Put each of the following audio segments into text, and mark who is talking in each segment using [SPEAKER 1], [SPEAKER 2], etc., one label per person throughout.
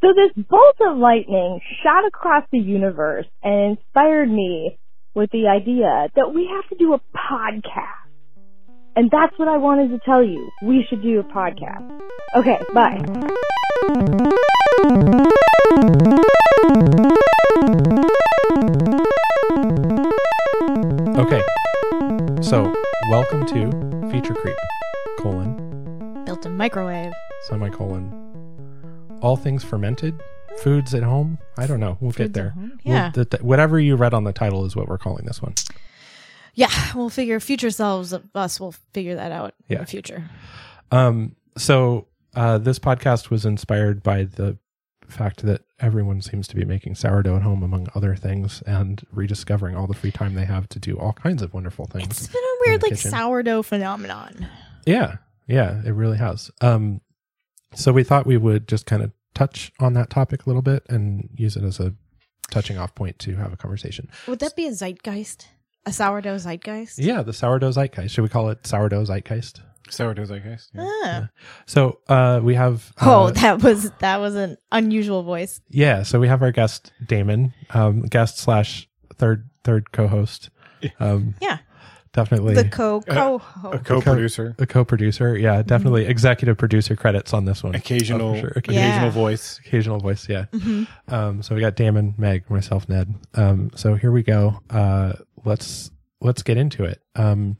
[SPEAKER 1] So this bolt of lightning shot across the universe and inspired me with the idea that we have to do a podcast. And that's what I wanted to tell you. We should do a podcast. Okay, bye.
[SPEAKER 2] Okay. So, welcome to Feature Creep, colon,
[SPEAKER 3] Built a microwave.
[SPEAKER 2] semicolon, all things fermented, foods at home. I don't know. We'll get
[SPEAKER 3] Foods at
[SPEAKER 2] there.
[SPEAKER 3] home?
[SPEAKER 2] We'll-
[SPEAKER 3] Yeah.
[SPEAKER 2] th- th- whatever you read on the title is what we're calling this one.
[SPEAKER 3] Yeah, we'll figure future selves of us will figure that out in
[SPEAKER 2] Yeah.
[SPEAKER 3] the future.
[SPEAKER 2] Um, so uh, this podcast was inspired by the fact that everyone seems to be making sourdough at home, among other things, and rediscovering all the free time they have to do all kinds of wonderful things.
[SPEAKER 3] It's been a
[SPEAKER 2] the
[SPEAKER 3] weird like
[SPEAKER 2] kitchen.
[SPEAKER 3] sourdough phenomenon.
[SPEAKER 2] Yeah, yeah, it really has. Um, so we thought we would just kind of touch on that topic a little bit and use it as a touching off point to have a conversation.
[SPEAKER 3] Would that be a zeitgeist? A sourdough zeitgeist?
[SPEAKER 2] Yeah, the sourdough zeitgeist. Should we call it sourdough zeitgeist?
[SPEAKER 4] Sourdoughs, I guess. Yeah.
[SPEAKER 3] Ah.
[SPEAKER 2] Yeah. So uh, we have.
[SPEAKER 3] Oh,
[SPEAKER 2] uh,
[SPEAKER 3] that was that was an unusual voice.
[SPEAKER 2] Yeah, so we have our guest Damon, um, guest slash third third co-host. Um,
[SPEAKER 3] Yeah.
[SPEAKER 2] definitely
[SPEAKER 3] The co co
[SPEAKER 4] A co-producer,
[SPEAKER 2] a co-producer. Yeah, definitely executive producer credits on this one.
[SPEAKER 4] occasional,
[SPEAKER 2] Oh, for sure.
[SPEAKER 4] occasional
[SPEAKER 3] Mm-hmm. Yeah.
[SPEAKER 4] voice.
[SPEAKER 2] Occasional voice, yeah.
[SPEAKER 3] mm-hmm.
[SPEAKER 2] Um, so we got Damon, Meg, myself, Ned. Um, so here we go. Uh, let's let's get into it. Um,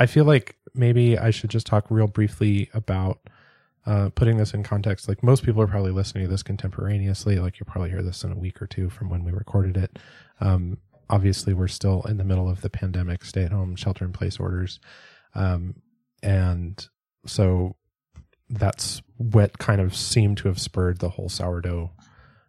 [SPEAKER 2] I feel like maybe I should just talk real briefly about uh, putting this in context. Like most people are probably listening to this contemporaneously. Like you'll probably hear this in a week or two from when we recorded it. Um, obviously, we're still in the middle of the pandemic, stay at home, shelter in place orders, um, and so that's what kind of seemed to have spurred the whole sourdough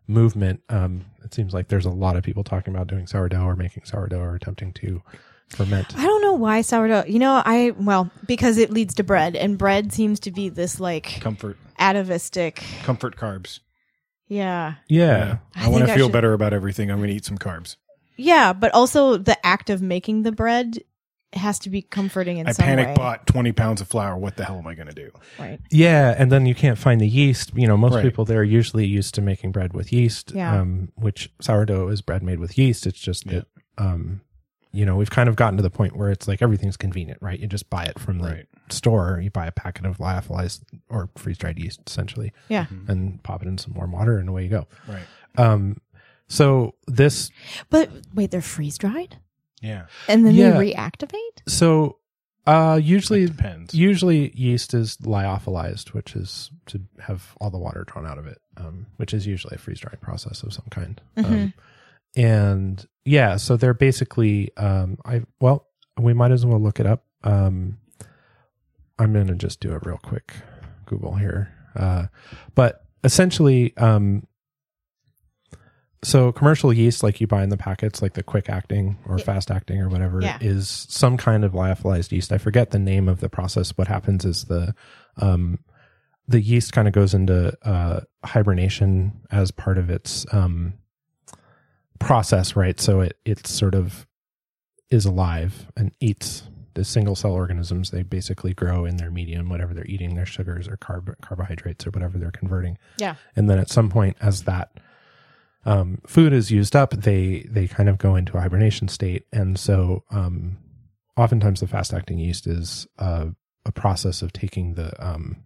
[SPEAKER 2] movement. Um, it seems like there's a lot of people talking about doing sourdough or making sourdough or attempting to ferment.
[SPEAKER 3] I don't know why sourdough. You know, I well, because it leads to bread and bread seems to be this like
[SPEAKER 4] Comfort,
[SPEAKER 3] atavistic.
[SPEAKER 4] comfort carbs.
[SPEAKER 3] Yeah.
[SPEAKER 2] Yeah.
[SPEAKER 3] I
[SPEAKER 4] I, want
[SPEAKER 3] think
[SPEAKER 4] to
[SPEAKER 3] I
[SPEAKER 4] feel
[SPEAKER 3] should-
[SPEAKER 4] better about everything. I'm going to eat some carbs.
[SPEAKER 3] Yeah, but also the act of making the bread has to be comforting in
[SPEAKER 4] I
[SPEAKER 3] some
[SPEAKER 4] panic
[SPEAKER 3] way.
[SPEAKER 4] bought 20 pounds of flour. What the hell am I going to do?
[SPEAKER 3] Right.
[SPEAKER 2] Yeah. And then you can't find the yeast. You know, most
[SPEAKER 4] Right.
[SPEAKER 2] people they're usually used to making bread with yeast,
[SPEAKER 3] Yeah.
[SPEAKER 2] um, which sourdough is bread made with yeast. It's just
[SPEAKER 4] Yeah.
[SPEAKER 2] that, um, you know, we've kind of gotten to the point where it's like everything's convenient, right? You just buy it from the
[SPEAKER 4] Right.
[SPEAKER 2] store. You buy a packet of lyophilized or freeze dried yeast, essentially.
[SPEAKER 3] Yeah.
[SPEAKER 2] and pop it in some warm water and away you go.
[SPEAKER 4] Mm-hmm. Right.
[SPEAKER 2] Um, so this,
[SPEAKER 3] But wait, they're freeze dried?
[SPEAKER 4] Yeah.
[SPEAKER 3] And then
[SPEAKER 2] Yeah.
[SPEAKER 3] they reactivate?
[SPEAKER 2] so uh, usually,
[SPEAKER 4] It depends.
[SPEAKER 2] usually yeast is lyophilized, which is to have all the water drawn out of it, um, which is usually a freeze drying process of some kind. Um, and yeah, so they're basically, um, I well, we might as well look it up. Um, I'm gonna just do a real quick Google here, uh, but essentially, um, so commercial yeast, like you buy in the packets, like the quick acting or fast acting or whatever,
[SPEAKER 3] Yeah.
[SPEAKER 2] is some kind of lyophilized yeast. I forget the name of the process. What happens is the um, the yeast kind of goes into uh, hibernation as part of its um, process, right? So it it sort of is alive and eats the single cell organisms. They basically grow in their medium, whatever they're eating, their sugars or carb- carbohydrates or whatever they're converting.
[SPEAKER 3] Yeah.
[SPEAKER 2] And then at some point, as that um, food is used up, they they kind of go into a hibernation state, and so um, oftentimes the fast acting yeast is uh, a process of taking the um,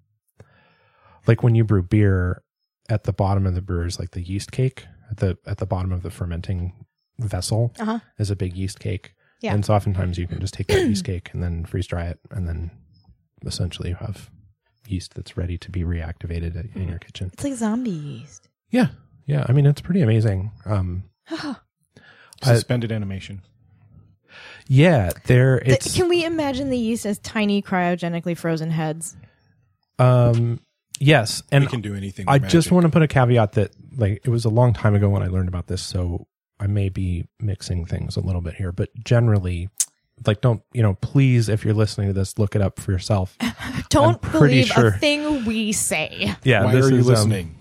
[SPEAKER 2] like when you brew beer at the bottom of the brewer is like the yeast cake at the at the bottom of the fermenting vessel
[SPEAKER 3] Uh-huh.
[SPEAKER 2] is a big yeast cake.
[SPEAKER 3] Yeah.
[SPEAKER 2] And so oftentimes you can just take that yeast cake and then freeze dry it and then essentially you have yeast that's ready to be reactivated at- in your kitchen.
[SPEAKER 3] It's like zombie yeast.
[SPEAKER 2] Yeah. Yeah. I mean it's pretty amazing. Um I-
[SPEAKER 4] Suspended animation.
[SPEAKER 2] yeah, there
[SPEAKER 3] Th-
[SPEAKER 2] it's
[SPEAKER 3] Can we imagine the yeast as tiny cryogenically frozen heads?
[SPEAKER 2] um yes. And
[SPEAKER 4] we can do anything.
[SPEAKER 2] I
[SPEAKER 4] with
[SPEAKER 2] just
[SPEAKER 4] magic.
[SPEAKER 2] want to put a caveat that like it was a long time ago when I learned about this, so I may be mixing things a little bit here, but generally like don't you know please if you're listening to this look it up for yourself
[SPEAKER 3] Don't
[SPEAKER 2] pretty
[SPEAKER 3] believe
[SPEAKER 2] sure-
[SPEAKER 3] a thing we say.
[SPEAKER 2] yeah
[SPEAKER 4] Why
[SPEAKER 2] this
[SPEAKER 4] are you
[SPEAKER 2] is, um,
[SPEAKER 4] listening?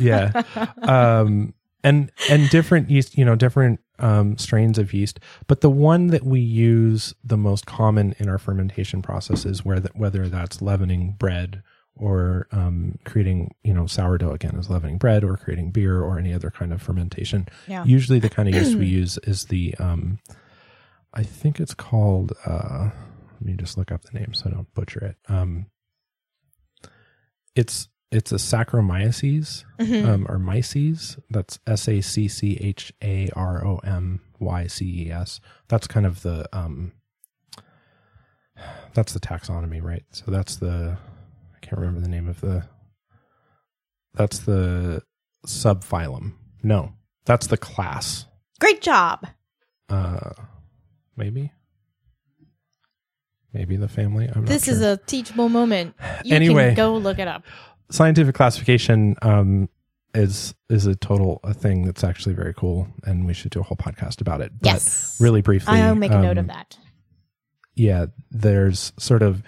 [SPEAKER 2] yeah um and and different yeast you know different um strains of yeast but the one that we use the most common in our fermentation process is where that whether that's leavening bread or um, creating you know sourdough again as leavening bread or creating beer or any other kind of fermentation
[SPEAKER 3] Yeah.
[SPEAKER 2] usually the kind of yeast we use is the um i think it's called uh let me just look up the name so i don't butcher it um it's it's a saccharomyces
[SPEAKER 3] Mhm.
[SPEAKER 2] um, or myces that's s-a-c-c-h-a-r-o-m-y-c-e-s E that's kind of the um that's the taxonomy right so that's the i can't remember the name of the that's the subphylum no that's the class
[SPEAKER 3] Great job.
[SPEAKER 2] uh maybe maybe the family I'm not
[SPEAKER 3] This is
[SPEAKER 2] sure.
[SPEAKER 3] a teachable moment. You
[SPEAKER 2] Anyway.
[SPEAKER 3] can go look it up.
[SPEAKER 2] scientific classification um, is is a total a thing that's actually very cool, and we should do a whole podcast about it. But
[SPEAKER 3] yes.
[SPEAKER 2] really briefly,
[SPEAKER 3] I'll make a note
[SPEAKER 2] um,
[SPEAKER 3] of that.
[SPEAKER 2] Yeah, there's sort of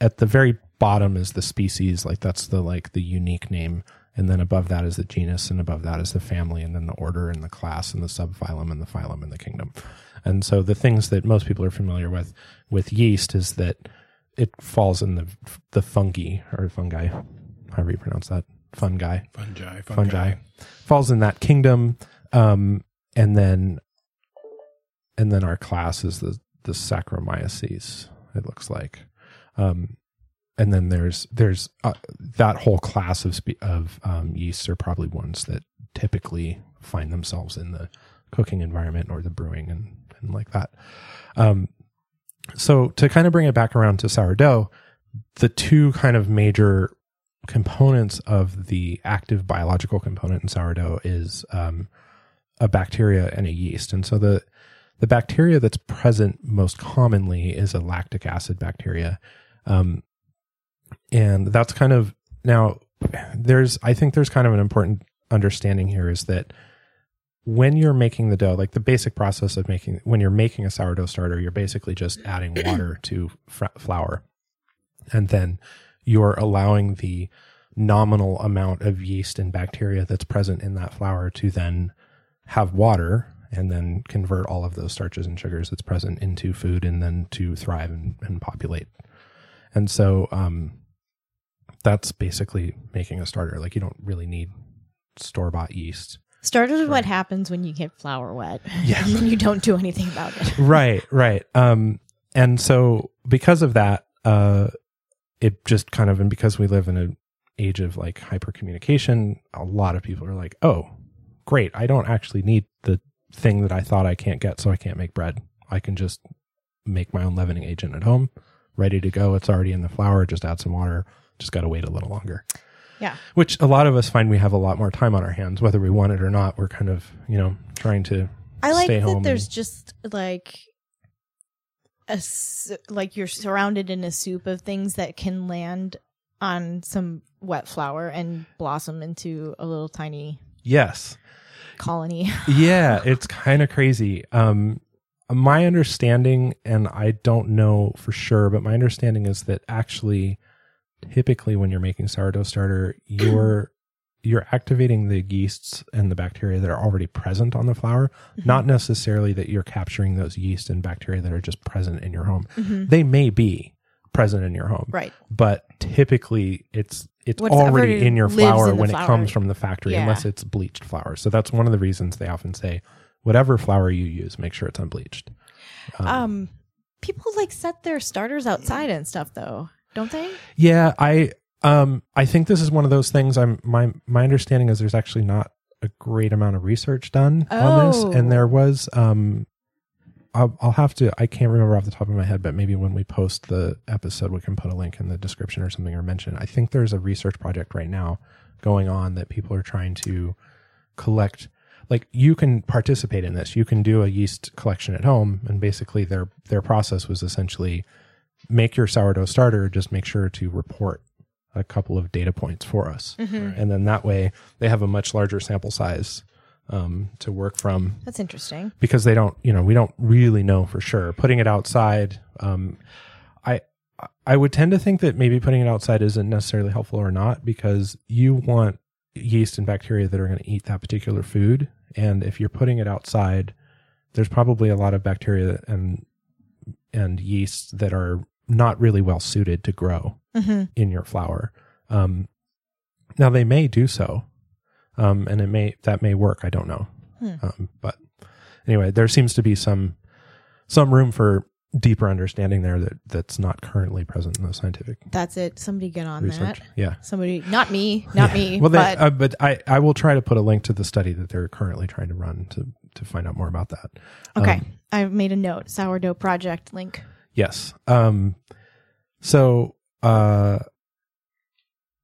[SPEAKER 2] at the very bottom is the species, like that's the like the unique name, and then above that is the genus, and above that is the family, and then the order and the class and the subphylum and the phylum and the kingdom. And so the things that most people are familiar with with yeast is that it falls in the the fungi or fungi, however you pronounce that, fungi
[SPEAKER 4] Fungi, fungi.
[SPEAKER 2] fungi falls in that kingdom um and then and then our class is the the saccharomyces it looks like um and then there's there's uh, that whole class of spe- of um, yeasts are probably ones that typically find themselves in the cooking environment or the brewing and and like that um so to kind of bring it back around to sourdough the two kind of major components of the active biological component in sourdough is um, a bacteria and a yeast. And so the the bacteria that's present most commonly is a lactic acid bacteria, um, and that's kind of now there's I think there's kind of an important understanding here is that when you're making the dough, like the basic process of making when you're making a sourdough starter, you're basically just adding water to fr- flour, and then you're allowing the nominal amount of yeast and bacteria that's present in that flour to then have water and then convert all of those starches and sugars that's present into food and then to thrive and, and populate. And so um, that's basically making a starter. Like you don't really need store bought yeast.
[SPEAKER 3] Started with what happens when you get flour wet.
[SPEAKER 2] Yeah.
[SPEAKER 3] And then you don't do anything about it.
[SPEAKER 2] right right um and so because of that uh it just kind of and because we live in an age of like hyper communication a lot of people are like oh great i don't actually need the thing that i thought i can't get so i can't make bread i can just make my own leavening agent at home ready to go it's already in the flour just add some water just got to wait a little longer
[SPEAKER 3] Yeah.
[SPEAKER 2] which a lot of us find we have a lot more time on our hands whether we want it or not we're kind of you know trying to
[SPEAKER 3] I like
[SPEAKER 2] stay
[SPEAKER 3] that
[SPEAKER 2] home
[SPEAKER 3] there's
[SPEAKER 2] and-
[SPEAKER 3] just like a s- like you're surrounded in a soup of things that can land on some wet flower and blossom into a little tiny
[SPEAKER 2] yes
[SPEAKER 3] colony.
[SPEAKER 2] yeah, it's kind of crazy. Um, my understanding, and I don't know for sure, but my understanding is that actually, typically when you're making sourdough starter, you're you're activating the yeasts and the bacteria that are already present on the flour. Not necessarily that you're capturing those yeast and bacteria that are just present in your home.
[SPEAKER 3] Mhm.
[SPEAKER 2] They may be present in your home,
[SPEAKER 3] Right.
[SPEAKER 2] but typically it's it's
[SPEAKER 3] What's
[SPEAKER 2] already
[SPEAKER 3] already
[SPEAKER 2] in your
[SPEAKER 3] lives
[SPEAKER 2] flour
[SPEAKER 3] in the
[SPEAKER 2] when it
[SPEAKER 3] flour.
[SPEAKER 2] comes from the factory
[SPEAKER 3] Yeah.
[SPEAKER 2] unless it's bleached flour so that's one of the reasons they often say whatever flour you use make sure it's unbleached um,
[SPEAKER 3] Um people like set their starters outside and stuff though, don't they?
[SPEAKER 2] yeah i um i think this is one of those things i'm my my understanding is there's actually not a great amount of research done on this
[SPEAKER 3] Oh.
[SPEAKER 2] and there was um I'll, I'll have to i can't remember off the top of my head but maybe when we post the episode we can put a link in the description or something or mention i think there's a research project right now going on that people are trying to collect like you can participate in this you can do a yeast collection at home and basically their their process was essentially make your sourdough starter just make sure to report a couple of data points for us
[SPEAKER 3] Mm-hmm.
[SPEAKER 4] Right.
[SPEAKER 3] Hmm.
[SPEAKER 2] and then that way they have a much larger sample size um, to work from
[SPEAKER 3] That's interesting.
[SPEAKER 2] because they don't you know we don't really know for sure putting it outside um i i would tend to think that maybe putting it outside isn't necessarily helpful or not because you want yeast and bacteria that are going to eat that particular food and if you're putting it outside there's probably a lot of bacteria and and yeasts that are not really well suited to grow
[SPEAKER 3] Mhm.
[SPEAKER 2] in your flour Um, now they may do so, um, and it may that may work. I don't know,
[SPEAKER 3] Hmm.
[SPEAKER 2] um, but anyway, there seems to be some some room for deeper understanding there that that's not currently present in the scientific
[SPEAKER 3] That's it. Somebody get on
[SPEAKER 2] research.
[SPEAKER 3] that.
[SPEAKER 2] Yeah.
[SPEAKER 3] Somebody, not me, not
[SPEAKER 2] Yeah.
[SPEAKER 3] me.
[SPEAKER 2] Well, they-
[SPEAKER 3] but
[SPEAKER 2] uh, but I, I will try to put a link to the study that they're currently trying to run to to find out more about that. Um,
[SPEAKER 3] okay, I made a note. Sourdough Project link.
[SPEAKER 2] Yes. Um so uh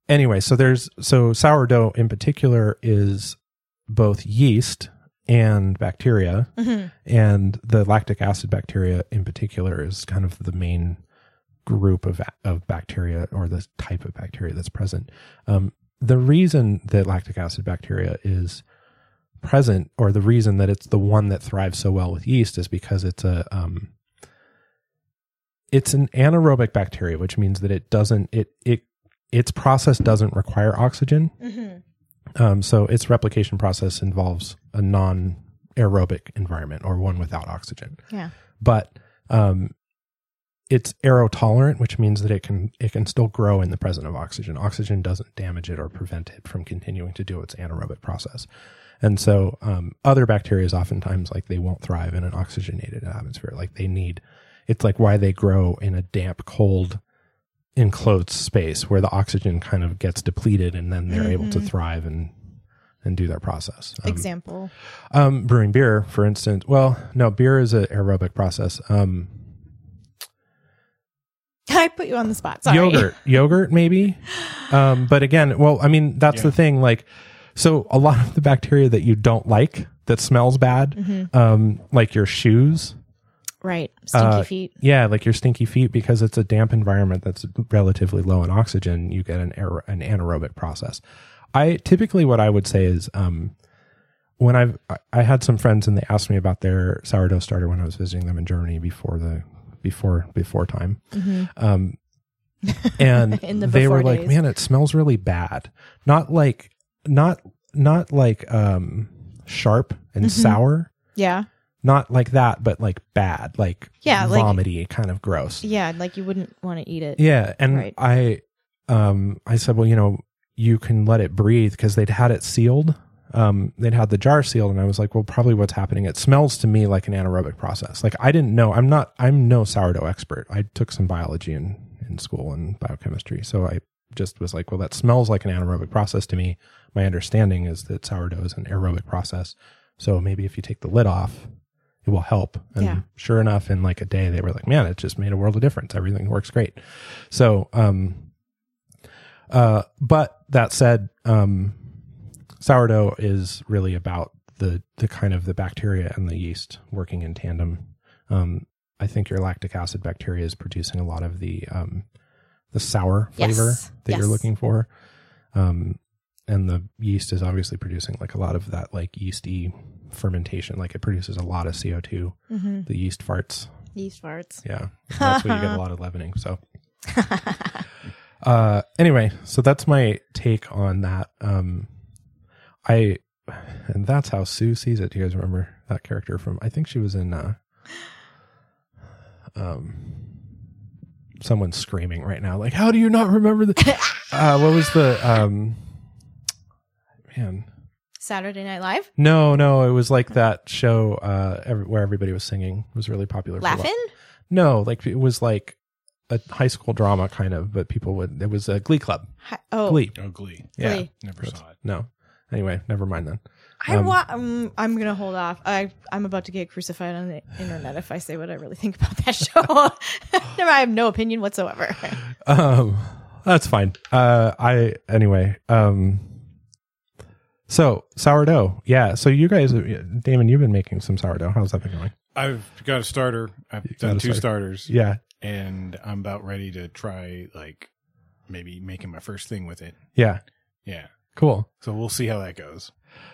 [SPEAKER 2] anyway, so there's so sourdough in particular is both yeast and bacteria
[SPEAKER 3] Mhm.
[SPEAKER 2] and the lactic acid bacteria in particular is kind of the main group of of bacteria or the type of bacteria that's present. Um, the reason that lactic acid bacteria is present, or the reason that it's the one that thrives so well with yeast, is because it's a um, it's an anaerobic bacteria, which means that it doesn't it it its process doesn't require oxygen.
[SPEAKER 3] Mhm.
[SPEAKER 2] Um, so its replication process involves a non aerobic environment or one without oxygen.
[SPEAKER 3] Yeah.
[SPEAKER 2] But um, it's aerotolerant, which means that it can it can still grow in the presence of oxygen. Oxygen doesn't damage it or prevent it from continuing to do its anaerobic process. And so um, other bacteria oftentimes like they won't thrive in an oxygenated atmosphere. Like they need it's like why they grow in a damp, cold enclosed space where the oxygen kind of gets depleted and then they're able to
[SPEAKER 3] Mhm.
[SPEAKER 2] thrive and and do their process. Um,
[SPEAKER 3] Example.
[SPEAKER 2] um, brewing beer, for instance. Well, no, beer is an aerobic process. Um,
[SPEAKER 3] I put you on the spot. Sorry.
[SPEAKER 2] Yogurt, yogurt, maybe. Um, but again, well, I mean, that's the
[SPEAKER 4] Yeah.
[SPEAKER 2] thing. Like, so a lot of the bacteria that you don't like, that smells bad,
[SPEAKER 3] Mhm.
[SPEAKER 2] um, like your shoes.
[SPEAKER 3] Right. Stinky
[SPEAKER 2] Uh,
[SPEAKER 3] feet.
[SPEAKER 2] Yeah, like your stinky feet, because it's a damp environment that's relatively low in oxygen. You get an aer- an anaerobic process. I typically what I would say is um, when I've I- I had some friends and they asked me about their sourdough starter when I was visiting them in Germany before the before before time.
[SPEAKER 3] Mhm.
[SPEAKER 2] Um, and
[SPEAKER 3] In the
[SPEAKER 2] they were
[SPEAKER 3] before
[SPEAKER 2] like,
[SPEAKER 3] days.
[SPEAKER 2] "Man, it smells really bad. Not like not not like um sharp and
[SPEAKER 3] Mhm.
[SPEAKER 2] sour."
[SPEAKER 3] Yeah.
[SPEAKER 2] Not like that, but like bad, like
[SPEAKER 3] Yeah, like-
[SPEAKER 2] vomity, kind of gross.
[SPEAKER 3] Yeah. Like you wouldn't want to eat it.
[SPEAKER 2] Yeah, and
[SPEAKER 3] Right.
[SPEAKER 2] I, um, I said, well, you know, you can let it breathe because they'd had it sealed. Um, they'd had the jar sealed, and I was like, well, probably what's happening. It smells to me like an anaerobic process. Like I didn't know. I'm not. I'm no sourdough expert. I took some biology in in school and biochemistry, so I just was like, well, that smells like an anaerobic process to me. My understanding is that sourdough is an aerobic process. So maybe if you take the lid off, it will help. And
[SPEAKER 3] Yeah.
[SPEAKER 2] sure enough, in like a day, they were like, man, it just made a world of difference. Everything works great. So, um, uh, but that said, um, sourdough is really about the, the kind of the bacteria and the yeast working in tandem. Um, I think your lactic acid bacteria is producing a lot of the, um, the sour flavor
[SPEAKER 3] Yes.
[SPEAKER 2] that you're
[SPEAKER 3] Yes.
[SPEAKER 2] looking for. Um, and the yeast is obviously producing like a lot of that like yeasty fermentation. Like it produces a lot of CO2.
[SPEAKER 3] Mm-hmm.
[SPEAKER 2] The yeast farts.
[SPEAKER 3] Yeast farts.
[SPEAKER 2] Yeah. And That's where you get a lot of leavening. So uh anyway, so that's my take on that. Um I and that's how Sue sees it. Do you guys remember that character from I think she was in uh um someone's screaming right now, like, how do you not remember the uh what was the um man
[SPEAKER 3] Saturday Night Live.
[SPEAKER 2] No, no, it was like that show uh, every, where everybody was singing It was really popular. for a while.
[SPEAKER 3] Laughing.
[SPEAKER 2] No, like it was like a high school drama kind of, but people would. It was a Glee Club.
[SPEAKER 3] Hi- Oh,
[SPEAKER 2] Glee.
[SPEAKER 4] Oh, Glee.
[SPEAKER 2] Yeah.
[SPEAKER 3] Glee.
[SPEAKER 4] Never saw it.
[SPEAKER 2] No. Anyway, never mind then.
[SPEAKER 3] I
[SPEAKER 2] Um,
[SPEAKER 3] wa- um, I'm gonna hold off. I I'm about to get crucified on the internet if I say what I really think about that show. Never, I have no opinion whatsoever.
[SPEAKER 2] Um, that's fine. Uh, I anyway. Um, so sourdough, yeah. So you guys, Damon, you've been making some sourdough. How's that been going?
[SPEAKER 4] I've got a starter. I've
[SPEAKER 2] You got
[SPEAKER 4] done
[SPEAKER 2] a
[SPEAKER 4] two
[SPEAKER 2] starter.
[SPEAKER 4] starters,
[SPEAKER 2] Yeah,
[SPEAKER 4] and I'm about ready to try like maybe making my first thing with it.
[SPEAKER 2] yeah.
[SPEAKER 4] Yeah.
[SPEAKER 2] Cool.
[SPEAKER 4] So we'll see how that goes.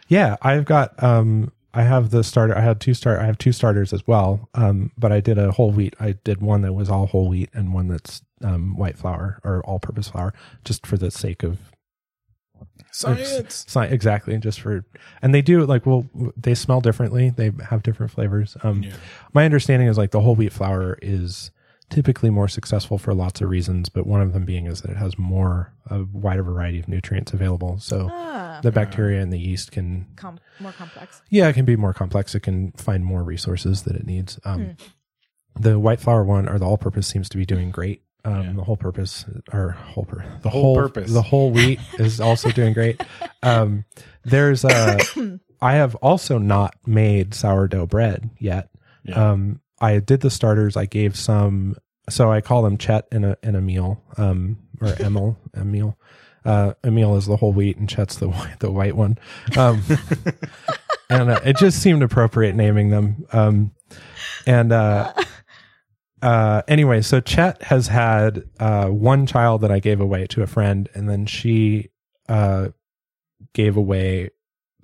[SPEAKER 2] Yeah, I've got um I have the starter I had two start I have two starters as well. Um but I did a whole wheat. I did one that was all whole wheat and one that's um white flour or all purpose flour just for the sake of
[SPEAKER 4] Science.
[SPEAKER 2] sci- exactly just for and they do like well they smell differently. They have different flavors. Um
[SPEAKER 4] Yeah.
[SPEAKER 2] my understanding is like the whole wheat flour is typically more successful for lots of reasons, but one of them being is that it has more a wider variety of nutrients available. So
[SPEAKER 3] Ah,
[SPEAKER 2] the bacteria and the yeast can
[SPEAKER 3] com- more complex.
[SPEAKER 2] yeah, it can be more complex. It can find more resources that it needs. Um, The white flower one or the all purpose seems to be doing great. Um,
[SPEAKER 4] Yeah.
[SPEAKER 2] The whole purpose or whole pur- the,
[SPEAKER 4] whole purpose.
[SPEAKER 2] the whole wheat is also doing great. Um, there's uh, I have also not made sourdough bread yet.
[SPEAKER 4] Yeah.
[SPEAKER 2] Um, I did the starters. I gave some, so I call them Chet and a and Emil, um, or Emil, Emil. Uh, Emil is the whole wheat, and Chet's the white, the white one. Um, and uh, it just seemed appropriate naming them. Um, and uh, uh, anyway, so Chet has had uh, one child that I gave away to a friend, and then she uh, gave away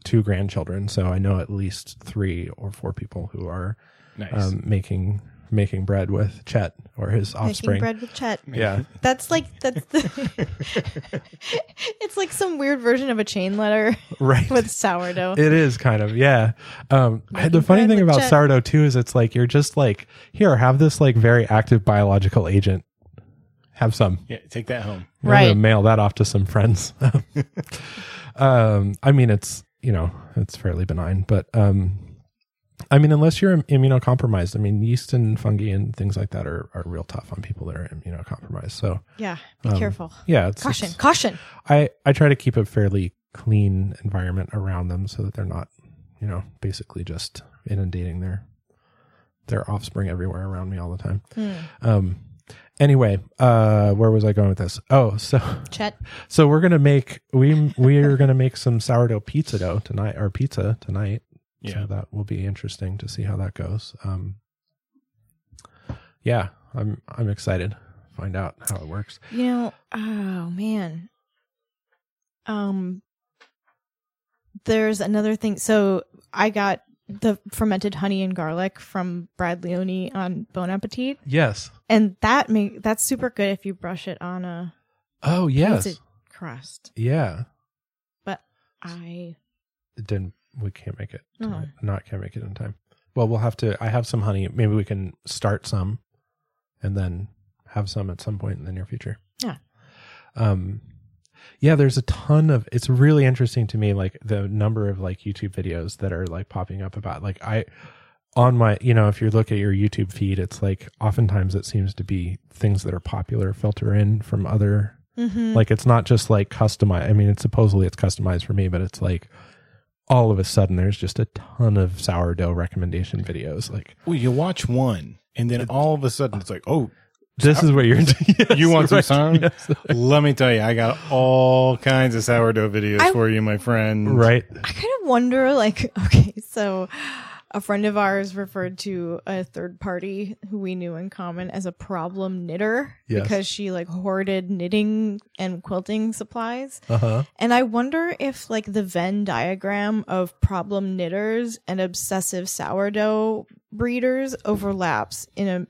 [SPEAKER 2] two grandchildren. So I know at least three or four people who are
[SPEAKER 4] nice.
[SPEAKER 2] um, making making bread with Chet or his
[SPEAKER 3] Making
[SPEAKER 2] offspring.
[SPEAKER 3] bread with Chet.
[SPEAKER 2] Yeah,
[SPEAKER 3] That's like that's the. it's like some weird version of a chain letter
[SPEAKER 2] right.
[SPEAKER 3] with sourdough.
[SPEAKER 2] It is kind of, yeah. Um, I- the
[SPEAKER 3] Making
[SPEAKER 2] funny
[SPEAKER 3] bread
[SPEAKER 2] thing
[SPEAKER 3] with
[SPEAKER 2] about
[SPEAKER 3] Chet.
[SPEAKER 2] sourdough too is it's like you're just like, here, have this like very active biological agent. Have some.
[SPEAKER 4] yeah, take that home.
[SPEAKER 2] I'm gonna
[SPEAKER 3] Right.
[SPEAKER 2] mail that off to some friends. um, I mean, it's you know, it's fairly benign, but um, I mean, unless you're immunocompromised, I mean, yeast and fungi and things like that are are real tough on people that are immunocompromised. So
[SPEAKER 3] yeah, be
[SPEAKER 2] um,
[SPEAKER 3] careful.
[SPEAKER 2] yeah, it's,
[SPEAKER 3] Caution,
[SPEAKER 2] it's-
[SPEAKER 3] caution.
[SPEAKER 2] I I try to keep a fairly clean environment around them so that they're not, you know, basically just inundating their their offspring everywhere around me all the time.
[SPEAKER 3] Hmm.
[SPEAKER 2] Um, anyway, uh, where was I going with this? Oh, so
[SPEAKER 3] Chet.
[SPEAKER 2] so we're gonna make we we are gonna make some sourdough pizza dough tonight or pizza tonight.
[SPEAKER 4] Yeah.
[SPEAKER 2] So that will be interesting to see how that goes. Um, yeah, I'm I'm excited. Find out how it works.
[SPEAKER 3] You know, oh man. Um there's another thing. So I got the fermented honey and garlic from Brad Leone on Bon Appetit.
[SPEAKER 2] Yes.
[SPEAKER 3] And that make that's super good if you brush it on a
[SPEAKER 2] Oh yes.
[SPEAKER 3] pizza crust.
[SPEAKER 2] Yeah.
[SPEAKER 3] But I
[SPEAKER 2] It didn't we can't make it.
[SPEAKER 3] No.
[SPEAKER 2] tonight. Not can't make it in time. Well, we'll have to. I have some honey. Maybe we can start some, and then have some at some point in the near future.
[SPEAKER 3] Yeah.
[SPEAKER 2] Um. Yeah, there's a ton of. It's really interesting to me, like the number of like YouTube videos that are like popping up about like I on my you know if you look at your YouTube feed, it's like oftentimes it seems to be things that are popular filter in from other
[SPEAKER 3] Mhm.
[SPEAKER 2] like it's not just like customized i mean it's supposedly it's customized for me but it's like all of a sudden there's just a ton of sourdough recommendation videos like
[SPEAKER 4] Well, you watch one, and then all of a sudden it's like, oh,
[SPEAKER 2] this is what you're Yes,
[SPEAKER 4] you want some
[SPEAKER 2] right,
[SPEAKER 4] sound?
[SPEAKER 2] yes.
[SPEAKER 4] Let me tell you, I got all kinds of sourdough videos
[SPEAKER 3] I-
[SPEAKER 4] for you, my friend.
[SPEAKER 2] right
[SPEAKER 3] I kind of wonder, like, okay, so a friend of ours referred to a third party who we knew in common as a problem knitter
[SPEAKER 2] Yes.
[SPEAKER 3] because she like hoarded knitting and quilting supplies.
[SPEAKER 2] uh-huh
[SPEAKER 3] And I wonder if like the Venn diagram of problem knitters and obsessive sourdough breeders overlaps in a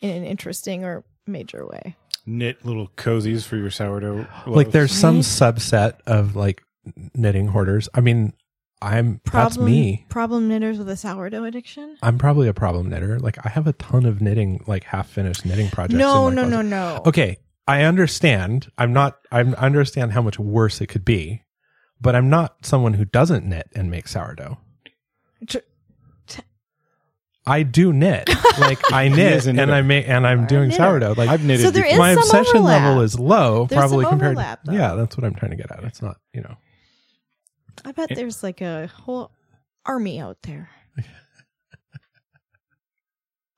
[SPEAKER 3] in an interesting or major way.
[SPEAKER 4] Knit little cozies for your sourdough.
[SPEAKER 2] like
[SPEAKER 4] loaves.
[SPEAKER 2] there's some
[SPEAKER 3] Right.
[SPEAKER 2] subset of like knitting hoarders i mean i'm that's
[SPEAKER 3] Problem
[SPEAKER 2] me
[SPEAKER 3] Problem knitters with a sourdough addiction?
[SPEAKER 2] i'm probably a problem knitter like i have a ton of knitting like half finished knitting projects
[SPEAKER 3] No,
[SPEAKER 2] in my
[SPEAKER 3] no,
[SPEAKER 2] closet.
[SPEAKER 3] no, no.
[SPEAKER 2] okay i understand i'm not i understand how much worse it could be but i'm not someone who doesn't knit and make sourdough
[SPEAKER 3] Tr-
[SPEAKER 2] i do knit like i knit
[SPEAKER 4] is a
[SPEAKER 2] and
[SPEAKER 4] knitter.
[SPEAKER 2] i make and i'm doing
[SPEAKER 3] knitter.
[SPEAKER 2] sourdough like
[SPEAKER 4] I've knitted.
[SPEAKER 3] So there
[SPEAKER 4] before.
[SPEAKER 3] is
[SPEAKER 2] my
[SPEAKER 3] some
[SPEAKER 2] obsession
[SPEAKER 3] overlap.
[SPEAKER 2] level is low
[SPEAKER 3] There's
[SPEAKER 2] probably
[SPEAKER 3] some
[SPEAKER 2] compared
[SPEAKER 3] overlap, though.
[SPEAKER 2] yeah that's what i'm trying to get at it's not you know
[SPEAKER 3] I bet
[SPEAKER 4] It-
[SPEAKER 3] there's like a whole army out there.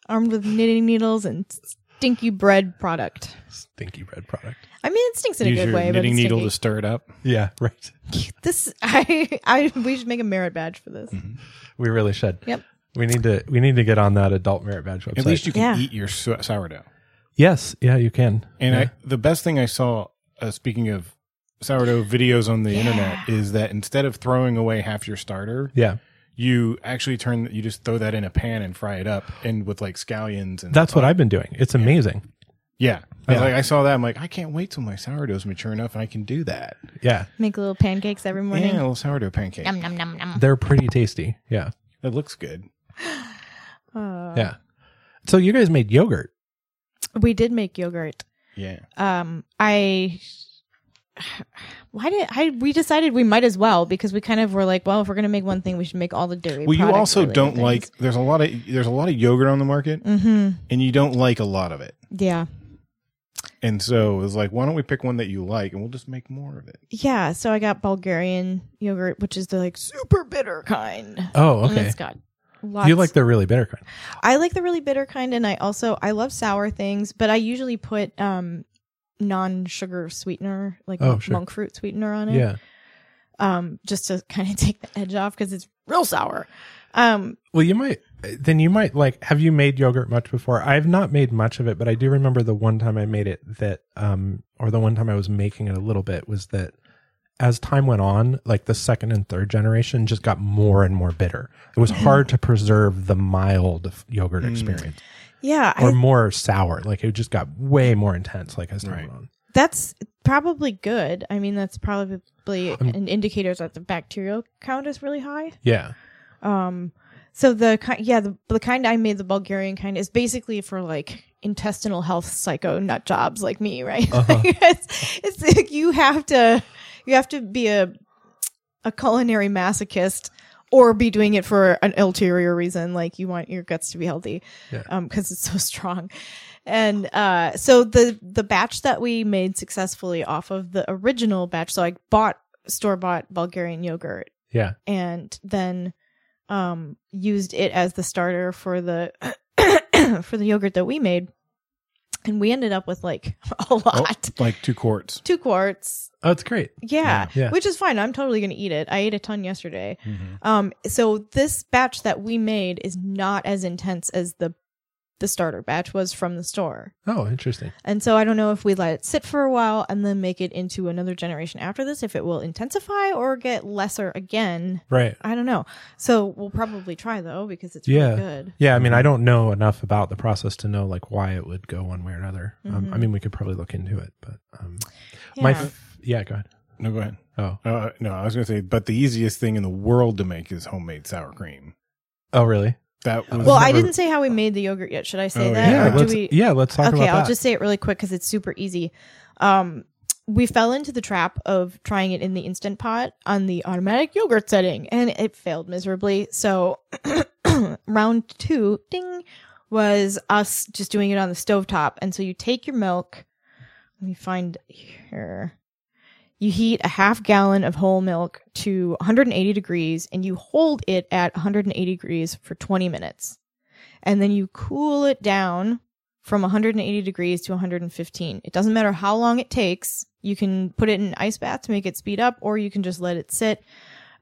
[SPEAKER 3] Armed with knitting needles and stinky bread product.
[SPEAKER 2] stinky bread product
[SPEAKER 3] I mean, it stinks in
[SPEAKER 4] Use
[SPEAKER 3] a good
[SPEAKER 4] your
[SPEAKER 3] way, but
[SPEAKER 4] knitting
[SPEAKER 3] it's
[SPEAKER 4] needle
[SPEAKER 3] needle
[SPEAKER 4] to stir it up.
[SPEAKER 2] yeah right
[SPEAKER 3] This, I, I, we should make a merit badge for
[SPEAKER 4] Mm.
[SPEAKER 3] this.
[SPEAKER 4] Mm-hmm.
[SPEAKER 2] we really should
[SPEAKER 3] Yep.
[SPEAKER 2] we need to we need to get on that adult merit badge website
[SPEAKER 4] At least you can
[SPEAKER 3] Yeah.
[SPEAKER 4] eat your sou- sourdough.
[SPEAKER 2] yes yeah you can
[SPEAKER 4] And
[SPEAKER 2] yeah.
[SPEAKER 4] I, the best thing I saw, uh, speaking of sourdough videos on the internet, is that instead of throwing away half your starter,
[SPEAKER 2] yeah
[SPEAKER 4] you actually turn, you just throw that in a pan and fry it up, and with like scallions and
[SPEAKER 2] that's what i've been doing it's amazing
[SPEAKER 4] yeah. I,
[SPEAKER 2] Yeah.
[SPEAKER 4] Like I saw that, I'm like, I can't wait till my sourdough's mature enough and I can do that.
[SPEAKER 2] yeah
[SPEAKER 3] Make little pancakes every
[SPEAKER 4] Yeah,
[SPEAKER 3] morning.
[SPEAKER 4] a little sourdough pancake.
[SPEAKER 5] Nom nom nom nom.
[SPEAKER 2] they're pretty tasty yeah
[SPEAKER 4] That looks good.
[SPEAKER 3] Uh,
[SPEAKER 2] Yeah. So you guys made yogurt.
[SPEAKER 3] We did make yogurt.
[SPEAKER 4] Yeah.
[SPEAKER 3] Um, I. Why did I? We decided we might as well because we kind of were like, well, if we're gonna make one thing, we should make all the dairy.
[SPEAKER 4] Well, you also don't like. There's a lot of there's a lot of yogurt on the market,
[SPEAKER 3] Mm-hmm.
[SPEAKER 4] and you don't like a lot of it.
[SPEAKER 3] Yeah.
[SPEAKER 4] And so it's like, why don't we pick one that you like, and we'll just make more of it.
[SPEAKER 3] Yeah. So I got Bulgarian yogurt, which is the like super bitter kind.
[SPEAKER 2] Oh,
[SPEAKER 3] And
[SPEAKER 2] okay.
[SPEAKER 3] Mm, it's got lots.
[SPEAKER 2] You like the really bitter kind.
[SPEAKER 3] I like the really bitter kind, and I also I love sour things, but I usually put um non-sugar sweetener, like
[SPEAKER 2] Oh, sure.
[SPEAKER 3] monk fruit sweetener on it.
[SPEAKER 2] Yeah.
[SPEAKER 3] um, just to kind of take the edge off because it's real sour. Um,
[SPEAKER 2] Well, you might then you might like have you made yogurt much before? I've not made much of it, but I do remember the one time I made it that um or the one time I was making it a little bit was that as time went on, like the second and third generation just got more and more bitter. It was
[SPEAKER 3] Mm-hmm.
[SPEAKER 2] hard to preserve the mild f- yogurt
[SPEAKER 4] Mm.
[SPEAKER 2] experience
[SPEAKER 3] yeah,
[SPEAKER 2] or
[SPEAKER 3] I,
[SPEAKER 2] more sour. Like it just got way more intense like as time
[SPEAKER 4] Right.
[SPEAKER 2] went on.
[SPEAKER 3] that's probably good. I mean, that's probably
[SPEAKER 2] I'm-
[SPEAKER 3] an indicator that the bacterial count is really high.
[SPEAKER 2] Yeah.
[SPEAKER 3] Um, so the kind, yeah, the, the kind I made, the Bulgarian kind, is basically for like intestinal health psycho nut jobs like me, right?
[SPEAKER 2] Uh-huh.
[SPEAKER 3] it's, it's like you have to, you have to be a, a culinary masochist or be doing it for an ulterior reason. Like you want your guts to be healthy,
[SPEAKER 2] Yeah.
[SPEAKER 3] um, cause it's so strong. And, uh, so the, the batch that we made successfully off of the original batch. So I bought store bought Bulgarian yogurt
[SPEAKER 2] Yeah.
[SPEAKER 3] and then um used it as the starter for the for the yogurt that we made and we ended up with like a
[SPEAKER 4] Oh,
[SPEAKER 3] lot
[SPEAKER 4] like two quarts.
[SPEAKER 3] two quarts
[SPEAKER 2] Oh, it's great.
[SPEAKER 3] yeah,
[SPEAKER 2] Yeah. Yeah.
[SPEAKER 3] which is fine i'm totally gonna eat it i ate a ton yesterday um so this batch that we made is not as intense as the the starter batch was from the store
[SPEAKER 2] Oh, interesting.
[SPEAKER 3] and so i don't know if we let it sit for a while and then make it into another generation after this if it will intensify or get lesser again
[SPEAKER 2] Right.
[SPEAKER 3] I don't know. So we'll probably try though because it's
[SPEAKER 2] Yeah.
[SPEAKER 3] really good.
[SPEAKER 2] Yeah, I mean, I don't know enough about the process to know like why it would go one way or another. Um,
[SPEAKER 3] Mhm.
[SPEAKER 2] I mean, we could probably look into it, but um,
[SPEAKER 3] Yeah.
[SPEAKER 2] my f- yeah, go ahead.
[SPEAKER 4] No, go ahead.
[SPEAKER 2] Oh,
[SPEAKER 4] Uh, no, I was gonna say, but the easiest thing in the world to make is homemade sour cream.
[SPEAKER 2] oh, really?
[SPEAKER 4] That was
[SPEAKER 3] well, I
[SPEAKER 4] never-
[SPEAKER 3] didn't say how we made the yogurt yet. Should I say
[SPEAKER 4] Oh,
[SPEAKER 3] that?
[SPEAKER 4] yeah.
[SPEAKER 2] Yeah,
[SPEAKER 3] or Uh, do
[SPEAKER 2] let's,
[SPEAKER 3] we-
[SPEAKER 2] yeah. Let's talk
[SPEAKER 3] okay,
[SPEAKER 2] about
[SPEAKER 3] I'll
[SPEAKER 2] that.
[SPEAKER 3] just say it really quick because it's super easy. Um, we fell into the trap of trying it in the instant pot on the automatic yogurt setting, and it failed miserably. So round two, ding, was us just doing it on the stovetop. And so you take your milk. Let me find here. You heat a half gallon of whole milk to 180 degrees and you hold it at 180 degrees for 20 minutes. And then you cool it down from 180 degrees to 115. It doesn't matter how long it takes. You can put it in an ice bath to make it speed up, or you can just let it sit.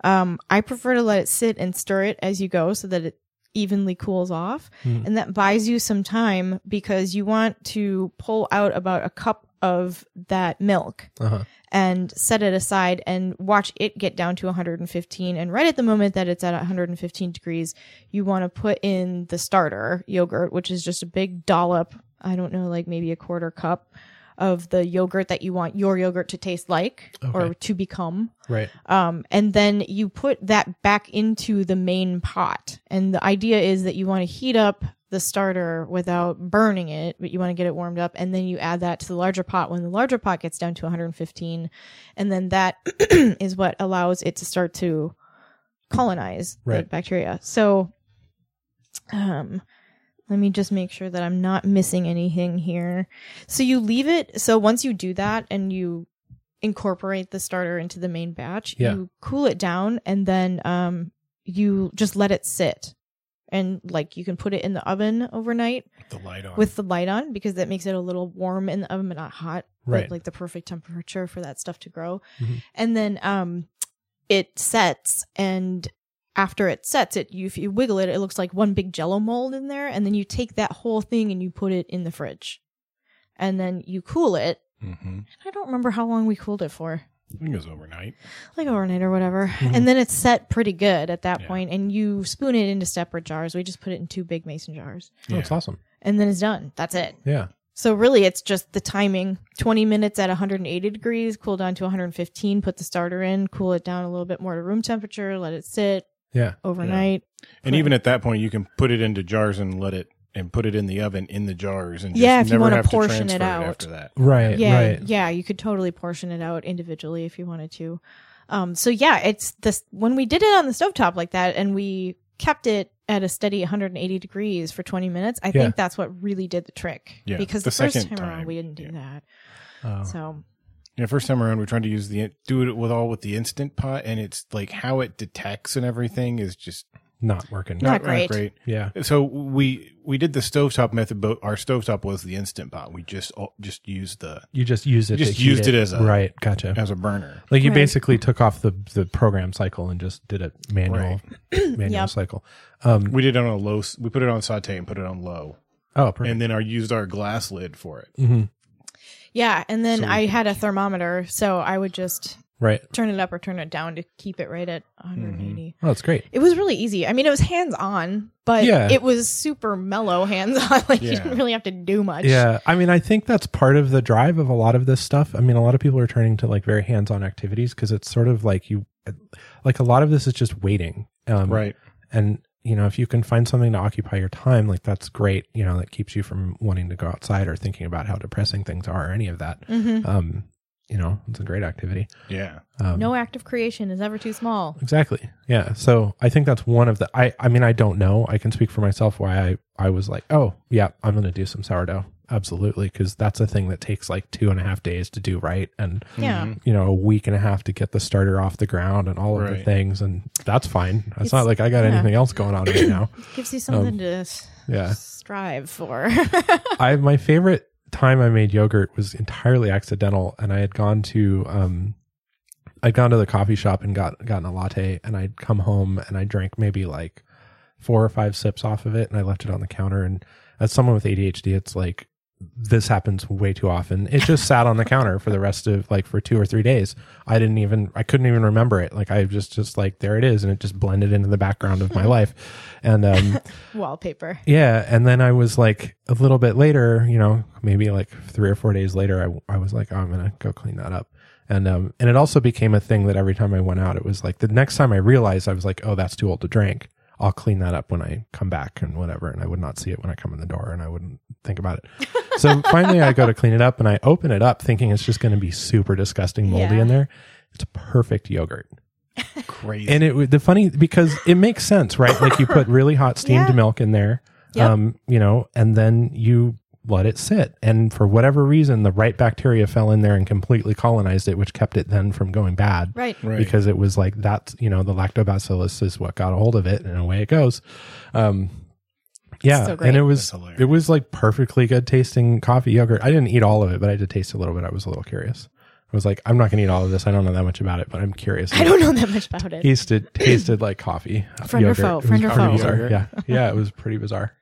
[SPEAKER 3] Um, I prefer to let it sit and stir it as you go so that it evenly cools off.
[SPEAKER 2] Hmm.
[SPEAKER 3] And that buys you some time because you want to pull out about a cup of that milk
[SPEAKER 2] Uh-huh.
[SPEAKER 3] and set it aside and watch it get down to 115. And right at the moment that it's at 115 degrees, you want to put in the starter yogurt, which is just a big dollop, I don't know, like maybe a quarter cup of the yogurt that you want your yogurt to taste like or
[SPEAKER 2] Okay.
[SPEAKER 3] to become.
[SPEAKER 2] Right.
[SPEAKER 3] Um, and then you put that back into the main pot. And the idea is that you want to heat up the starter without burning it, but you want to get it warmed up. And then you add that to the larger pot when the larger pot gets down to 115. And then that is what allows it to start to colonize the
[SPEAKER 2] Right.
[SPEAKER 3] bacteria. So, um, let me just make sure that I'm not missing anything here. So you leave it. So once you do that and you incorporate the starter into the main batch,
[SPEAKER 2] Yeah.
[SPEAKER 3] you cool it down and then um you just let it sit. And like you can put it in the oven overnight
[SPEAKER 4] the light on
[SPEAKER 3] with the light on because that makes it a little warm in the oven but not hot. but,
[SPEAKER 2] Right.
[SPEAKER 3] like the perfect temperature for that stuff to grow.
[SPEAKER 2] Mhm.
[SPEAKER 3] And then um it sets and after it sets it you, if you wiggle it it looks like one big jello mold in there and then you take that whole thing and you put it in the fridge. And then you cool it.
[SPEAKER 4] Mhm.
[SPEAKER 3] I don't remember how long we cooled it for
[SPEAKER 4] I think it was overnight.
[SPEAKER 3] like overnight or whatever.
[SPEAKER 2] Mhm.
[SPEAKER 3] And then it's set pretty good at that
[SPEAKER 4] Yeah.
[SPEAKER 3] point, And you spoon it into separate jars. We just put it in two big mason jars.
[SPEAKER 2] Oh, It's awesome.
[SPEAKER 3] And then it's done. That's it.
[SPEAKER 2] Yeah.
[SPEAKER 3] So really it's just the timing. 20 minutes at 180 degrees, cool down to 115, put the starter in, cool it down a little bit more to room temperature, let it sit
[SPEAKER 2] Yeah.
[SPEAKER 3] overnight.
[SPEAKER 4] And even at that point, you can put it into jars and let it and put it in the oven in the jars and
[SPEAKER 3] Yeah, if
[SPEAKER 4] just
[SPEAKER 3] you
[SPEAKER 4] never
[SPEAKER 3] wanna
[SPEAKER 4] have to
[SPEAKER 3] portion it
[SPEAKER 4] transfer it,
[SPEAKER 3] out.
[SPEAKER 4] after that.
[SPEAKER 2] Right.
[SPEAKER 3] yeah
[SPEAKER 2] Right.
[SPEAKER 3] yeah you could totally portion it out individually if you wanted to um so yeah it's this when we did it on the stovetop like that and we kept it at a steady 180 degrees for 20 minutes i
[SPEAKER 2] Yeah.
[SPEAKER 3] think that's what really did the trick
[SPEAKER 4] Yeah,
[SPEAKER 3] because
[SPEAKER 4] the
[SPEAKER 3] the, first
[SPEAKER 4] second
[SPEAKER 3] time, around
[SPEAKER 4] time,
[SPEAKER 3] we didn't do
[SPEAKER 4] yeah.
[SPEAKER 3] that
[SPEAKER 2] Oh.
[SPEAKER 3] so
[SPEAKER 4] Yeah, first time around, we tried to use the do it with all with the instant pot, and it's like how it detects and everything is just
[SPEAKER 2] not working.
[SPEAKER 4] not,
[SPEAKER 3] Not
[SPEAKER 4] not
[SPEAKER 3] great.
[SPEAKER 4] great.
[SPEAKER 2] Yeah.
[SPEAKER 4] So we we did the stovetop method, but our stovetop was the instant pot. We just all- just used the
[SPEAKER 2] You just used it.
[SPEAKER 4] Just
[SPEAKER 2] to heat
[SPEAKER 4] used it as a-
[SPEAKER 2] right. Gotcha.
[SPEAKER 4] as a burner.
[SPEAKER 2] Like you
[SPEAKER 3] Right.
[SPEAKER 2] basically took off the the program cycle and just did a manual manual
[SPEAKER 3] Yep.
[SPEAKER 2] cycle. Um,
[SPEAKER 4] We did it on a low. s- We put it on saute and put it on low,
[SPEAKER 2] oh, perfect.
[SPEAKER 4] and then our used our glass lid for it.
[SPEAKER 2] Mhm.
[SPEAKER 3] yeah and then
[SPEAKER 4] So we
[SPEAKER 3] i had a thermometer so i would just
[SPEAKER 2] Right.
[SPEAKER 3] turn it up or turn it down to keep it right at
[SPEAKER 4] Mm-hmm.
[SPEAKER 3] 180
[SPEAKER 2] Oh, that's great.
[SPEAKER 3] It was really easy. I mean, it was hands on, but
[SPEAKER 2] Yeah.
[SPEAKER 3] it was super mellow hands on. Like you
[SPEAKER 4] Yeah.
[SPEAKER 3] didn't really have to do much.
[SPEAKER 2] Yeah, I mean, I think that's part of the drive of a lot of this stuff. I mean, a lot of people are turning to like very hands-on activities because it's sort of like you, like a lot of this is just waiting, um,
[SPEAKER 4] Right.
[SPEAKER 2] And you know, if you can find something to occupy your time, like that's great. You know, that keeps you from wanting to go outside or thinking about how depressing things are or any of that.
[SPEAKER 3] hmm
[SPEAKER 2] Um, you know, it's a great activity.
[SPEAKER 4] Yeah.
[SPEAKER 2] Um,
[SPEAKER 3] No act of creation is ever too small.
[SPEAKER 2] Exactly. Yeah. So I think that's one of the. I. I mean, I don't know. I can speak for myself. Why I. I was like, oh yeah, I'm going to do some sourdough. Absolutely, because that's a thing that takes like two and a half days to do right, and
[SPEAKER 3] Yeah.
[SPEAKER 4] Mhm.
[SPEAKER 2] you know a week and a half to get the starter off the ground and all of the
[SPEAKER 4] Right.
[SPEAKER 2] things, and that's fine. It's,
[SPEAKER 3] It's-
[SPEAKER 2] not like I got
[SPEAKER 3] yeah.
[SPEAKER 2] anything else going on right now.
[SPEAKER 3] It gives you something to s-
[SPEAKER 2] Um, Yeah.
[SPEAKER 3] strive for.
[SPEAKER 2] I my favorite time I made yogurt was entirely accidental, and I had gone to um, I'd gone to the coffee shop and got gotten a latte, and I'd come home and I drank maybe like four or five sips off of it, and I left it on the counter. And as someone with ADHD, it's like this happens way too often. It just sat on the counter for the rest of like for two or three days. I didn't even I couldn't even remember it. Like I just just like there it is, and it just blended into the background of my life. And um,
[SPEAKER 3] Wallpaper.
[SPEAKER 2] yeah. And then I was like, a little bit later, you know, maybe like three or four days later, I, I was like, oh, I'm going to go clean that up. And, um, and it also became a thing that every time I went out, it was like the next time I realized I was like, oh, that's too old to drink. I'll clean that up when I come back and whatever. And I would not see it when I come in the door and I wouldn't think about it. so finally I go to clean it up and I open it up thinking it's just going to be super disgusting moldy
[SPEAKER 3] Yeah.
[SPEAKER 2] in there. It's perfect yogurt.
[SPEAKER 4] Crazy.
[SPEAKER 2] And it w- the funny because it makes sense, right? Like you put really hot steamed
[SPEAKER 3] Yeah.
[SPEAKER 2] milk in there,
[SPEAKER 3] Yep.
[SPEAKER 2] um, you know, and then you let it sit, and for whatever reason, the right bacteria fell in there and completely colonized it, which kept it then from going bad.
[SPEAKER 3] Right.
[SPEAKER 4] right.
[SPEAKER 2] Because it was like that, you know, the lactobacillus is what got a hold of it, and away it goes. Um, yeah,
[SPEAKER 3] So great.
[SPEAKER 2] and it
[SPEAKER 4] That's
[SPEAKER 2] was
[SPEAKER 4] hilarious.
[SPEAKER 2] it was like perfectly good tasting coffee yogurt. I didn't eat all of it, but I did taste a little bit. I was a little curious. I was like, I'm not going to eat all of this. I don't know that much about it, but I'm curious.
[SPEAKER 3] I don't know that much about it.
[SPEAKER 2] tasted tasted like coffee.
[SPEAKER 3] Friend or
[SPEAKER 2] Yogurt.
[SPEAKER 3] foe,
[SPEAKER 2] It was
[SPEAKER 3] friend or
[SPEAKER 2] pretty
[SPEAKER 4] foe.
[SPEAKER 2] bizarre.
[SPEAKER 4] Yogurt.
[SPEAKER 2] Yeah, yeah, it was pretty bizarre.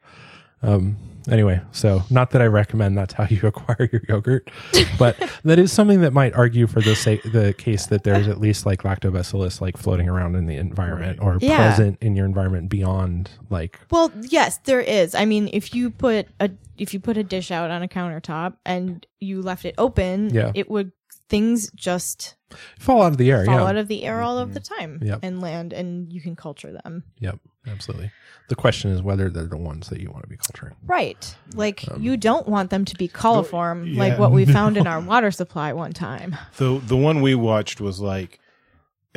[SPEAKER 2] Um. Anyway, so not that I recommend that's how you acquire your yogurt, but that is something that might argue for the sake, the case that there's at least like lactobacillus like floating around in the environment or
[SPEAKER 3] Yeah.
[SPEAKER 2] present in your environment beyond like
[SPEAKER 3] Well, yes, there is. I mean, if you put a if you put a dish out on a countertop and you left it open,
[SPEAKER 2] Yeah.
[SPEAKER 3] it would things just
[SPEAKER 2] fall out of the air.
[SPEAKER 3] fall
[SPEAKER 2] yeah.
[SPEAKER 3] out of the air all of the time
[SPEAKER 2] Yep.
[SPEAKER 3] and land and you can culture them.
[SPEAKER 2] yep. Absolutely. The question is whether they're the ones that you want to be culturing.
[SPEAKER 3] Right. Like
[SPEAKER 2] Um,
[SPEAKER 3] you don't want them to be coliform
[SPEAKER 4] yeah.
[SPEAKER 3] like what we found in our water supply one time.
[SPEAKER 4] the the one we watched was like,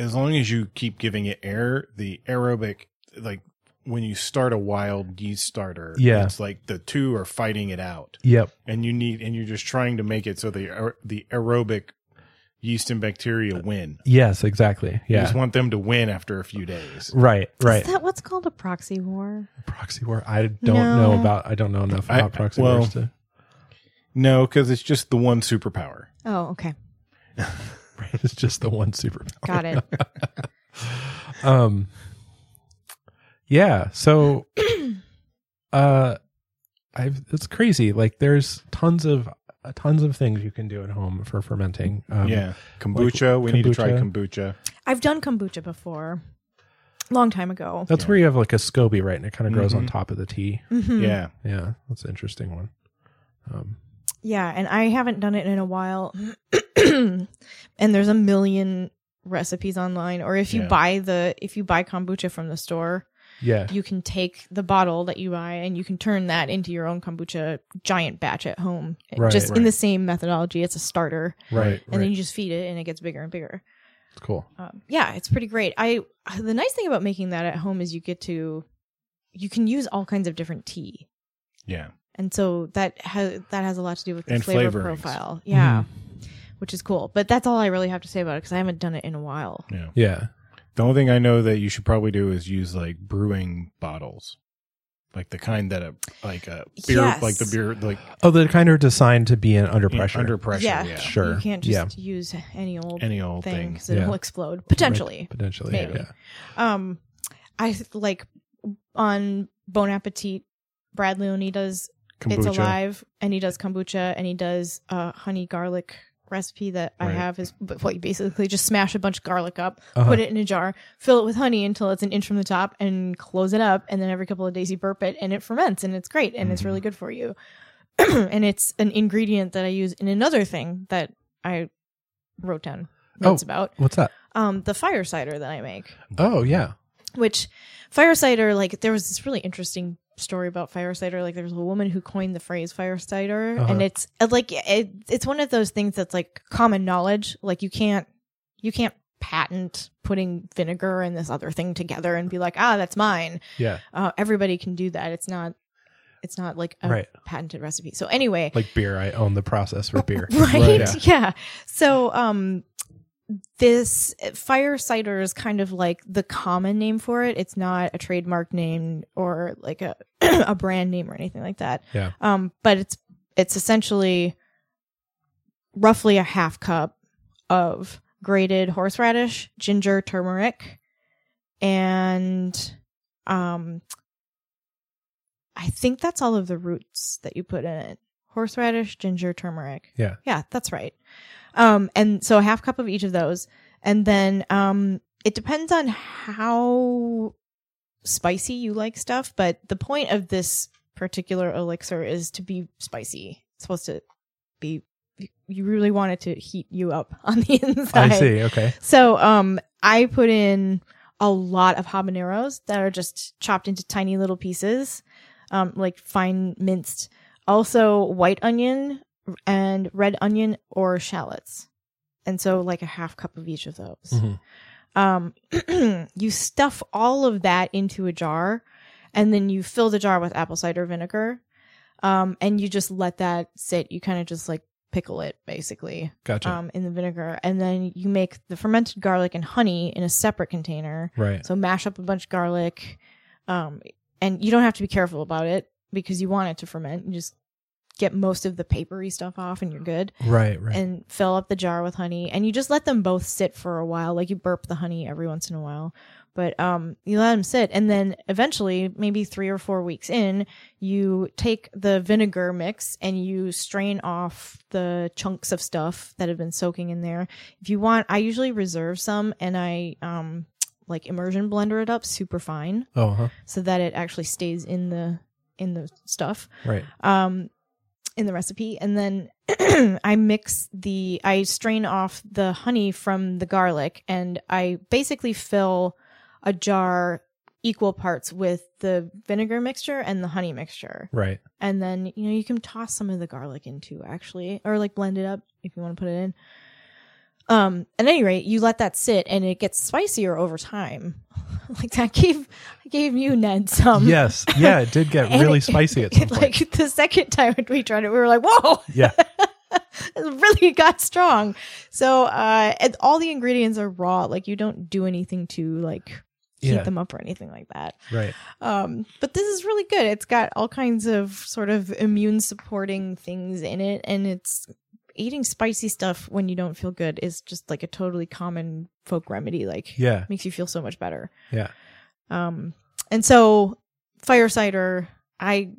[SPEAKER 4] as long as you keep giving it air, the aerobic like when you start a wild yeast starter,
[SPEAKER 2] Yeah.
[SPEAKER 4] it's like the two are fighting it out.
[SPEAKER 2] Yep.
[SPEAKER 4] and you need and you're just trying to make it so the aer- the aerobic yeast and bacteria win.
[SPEAKER 2] Yes. Exactly.
[SPEAKER 4] You
[SPEAKER 2] Yeah.
[SPEAKER 4] just want them to win after a few days.
[SPEAKER 2] Right. Right.
[SPEAKER 3] Is that what's called a proxy war?
[SPEAKER 2] proxy war. I don't
[SPEAKER 3] No.
[SPEAKER 2] know about. I don't know enough
[SPEAKER 4] I-
[SPEAKER 2] about proxy
[SPEAKER 4] well,
[SPEAKER 2] wars to.
[SPEAKER 4] No, because it's just the one superpower.
[SPEAKER 3] Oh, okay.
[SPEAKER 2] It's just the one superpower.
[SPEAKER 3] Got it.
[SPEAKER 2] Um. Yeah. So, uh, I've it's crazy. Like there's tons of uh, tons of things you can do at home for fermenting. Um,
[SPEAKER 4] yeah, kombucha. we need to try kombucha.
[SPEAKER 3] I've done kombucha before. Long time ago.
[SPEAKER 2] That's
[SPEAKER 4] Yeah.
[SPEAKER 2] where you have like a SCOBY, right? And it kind of grows on
[SPEAKER 4] Mhm.
[SPEAKER 2] top of the tea.
[SPEAKER 3] Mhm.
[SPEAKER 4] Yeah,
[SPEAKER 2] Yeah, that's an interesting one. Um,
[SPEAKER 3] Yeah, and I haven't done it in a while. and there's a million recipes online or if you
[SPEAKER 4] Yeah.
[SPEAKER 3] buy the if you buy kombucha from the store,
[SPEAKER 2] Yeah.
[SPEAKER 3] you can take the bottle that you buy and you can turn that into your own kombucha giant batch at home
[SPEAKER 2] Right,
[SPEAKER 3] just in
[SPEAKER 4] right.
[SPEAKER 3] the same methodology it's a starter
[SPEAKER 2] Right.
[SPEAKER 3] and
[SPEAKER 2] right.
[SPEAKER 3] then you just feed it and it gets bigger and bigger
[SPEAKER 2] cool.
[SPEAKER 3] um, yeah it's pretty great i the nice thing about making that at home is you get to you can use all kinds of different tea
[SPEAKER 4] Yeah.
[SPEAKER 3] and so that has that has a lot to do with the
[SPEAKER 4] And
[SPEAKER 3] flavor
[SPEAKER 4] flavorings.
[SPEAKER 3] profile yeah
[SPEAKER 2] Mm-hmm.
[SPEAKER 3] which is cool but that's all i really have to say about it because i haven't done it in a while
[SPEAKER 4] Yeah.
[SPEAKER 2] Yeah.
[SPEAKER 4] The only thing I know that you should probably do is use like brewing bottles. Like the kind that a like a beer
[SPEAKER 3] Yes.
[SPEAKER 4] like the beer like
[SPEAKER 2] Oh, they're kind of designed to be in under pressure.
[SPEAKER 4] under pressure.
[SPEAKER 3] Yeah.
[SPEAKER 4] Yeah.
[SPEAKER 2] Sure.
[SPEAKER 3] you can't just use any old
[SPEAKER 4] Any old
[SPEAKER 3] thing
[SPEAKER 4] thing.
[SPEAKER 3] because it'll
[SPEAKER 2] Yeah.
[SPEAKER 3] explode potentially
[SPEAKER 2] Right. Potentially.
[SPEAKER 3] Maybe.
[SPEAKER 2] Yeah.
[SPEAKER 3] um i th- like on bon appetit brad leone does it's alive and he does kombucha and he does a honey garlic recipe that i
[SPEAKER 4] Right.
[SPEAKER 3] have is but what you basically just smash a bunch of garlic up
[SPEAKER 2] Uh-huh.
[SPEAKER 3] put it in a jar fill it with honey until it's an inch from the top and close it up and then every couple of days you burp it and it ferments and it's great and it's
[SPEAKER 4] Mhm.
[SPEAKER 2] Mm-hmm.
[SPEAKER 3] really good for you and it's an ingredient that i use in another thing that i wrote down notes
[SPEAKER 2] Oh.
[SPEAKER 3] about
[SPEAKER 2] What's that?
[SPEAKER 3] um the fire cider that i make
[SPEAKER 2] Oh, yeah.
[SPEAKER 3] which fire cider like there was this really interesting story about fire cider like there was a woman who coined the phrase fire cider
[SPEAKER 2] Uh-huh.
[SPEAKER 3] and it's uh, like it, it's one of those things that's like common knowledge like you can't you can't patent putting vinegar and this other thing together and be like ah that's mine
[SPEAKER 2] Yeah.
[SPEAKER 3] uh, everybody can do that it's not it's not like a
[SPEAKER 2] Right.
[SPEAKER 3] patented recipe so anyway
[SPEAKER 2] Like beer. I own the process for beer.
[SPEAKER 3] right
[SPEAKER 2] Yeah.
[SPEAKER 3] yeah. so um this fire cider is kind of like the common name for it it's not a trademark name or like a a brand name or anything like that
[SPEAKER 2] Yeah.
[SPEAKER 3] um but it's it's essentially roughly a half cup of grated horseradish ginger turmeric and um i think that's all of the roots that you put in it horseradish ginger turmeric
[SPEAKER 2] Yeah.
[SPEAKER 3] yeah, that's right. Um, and so a half cup of each of those, and then um, it depends on how spicy you like stuff. But the point of this particular elixir is to be spicy. It's supposed to be. You really want it to heat you up on the inside.
[SPEAKER 2] I see. Okay.
[SPEAKER 3] So um, I put in a lot of habaneros that are just chopped into tiny little pieces, um, like fine minced. Also white onion and red onion or shallots, and so like a half cup of each of those.
[SPEAKER 2] Mhm.
[SPEAKER 3] Um, you stuff all of that into a jar, and then you fill the jar with apple cider vinegar, um, and you just let that sit. You kind of just like pickle it basically
[SPEAKER 2] Gotcha.
[SPEAKER 3] um, in the vinegar, and then you make the fermented garlic and honey in a separate container.
[SPEAKER 2] right.
[SPEAKER 3] So mash up a bunch of garlic, um, and you don't have to be careful about it because you want it to ferment. You just get most of the papery stuff off, and you're good.
[SPEAKER 2] Right. Right.
[SPEAKER 3] And fill up the jar with honey, and you just let them both sit for a while. Like you burp the honey every once in a while, but um, you let them sit, and then eventually, maybe three or four weeks in, you take the vinegar mix and you strain off the chunks of stuff that have been soaking in there. If you want, I usually reserve some, and I um like immersion blender it up super fine
[SPEAKER 2] oh, huh.
[SPEAKER 3] so that it actually stays in the in the stuff
[SPEAKER 2] Right.
[SPEAKER 3] um, in the recipe, and then I mix the I strain off the honey from the garlic, and I basically fill a jar equal parts with the vinegar mixture and the honey mixture,
[SPEAKER 2] Right.
[SPEAKER 3] and then you know you can toss some of the garlic in too, actually, or like blend it up if you want to put it in. Um, at any rate, you let that sit, and it gets spicier over time. like that gave I gave you Ned some
[SPEAKER 2] yes. Yeah. It did get
[SPEAKER 3] Um, and
[SPEAKER 2] really
[SPEAKER 3] it-
[SPEAKER 2] spicy at some
[SPEAKER 3] it,
[SPEAKER 2] point.
[SPEAKER 3] Like the second time we tried it, we were like, "Whoa!"
[SPEAKER 2] Yeah.
[SPEAKER 3] it really got strong. So, uh, and all the ingredients are raw. Like you don't do anything to like heat
[SPEAKER 2] Yeah.
[SPEAKER 3] them up or anything like that.
[SPEAKER 2] right.
[SPEAKER 3] Um, but this is really good. It's got all kinds of sort of immune supporting things in it, and it's eating spicy stuff when you don't feel good is just like a totally common folk remedy. Like,
[SPEAKER 2] Yeah.
[SPEAKER 3] makes you feel so much better.
[SPEAKER 2] Yeah.
[SPEAKER 3] Um, and so fire cider, I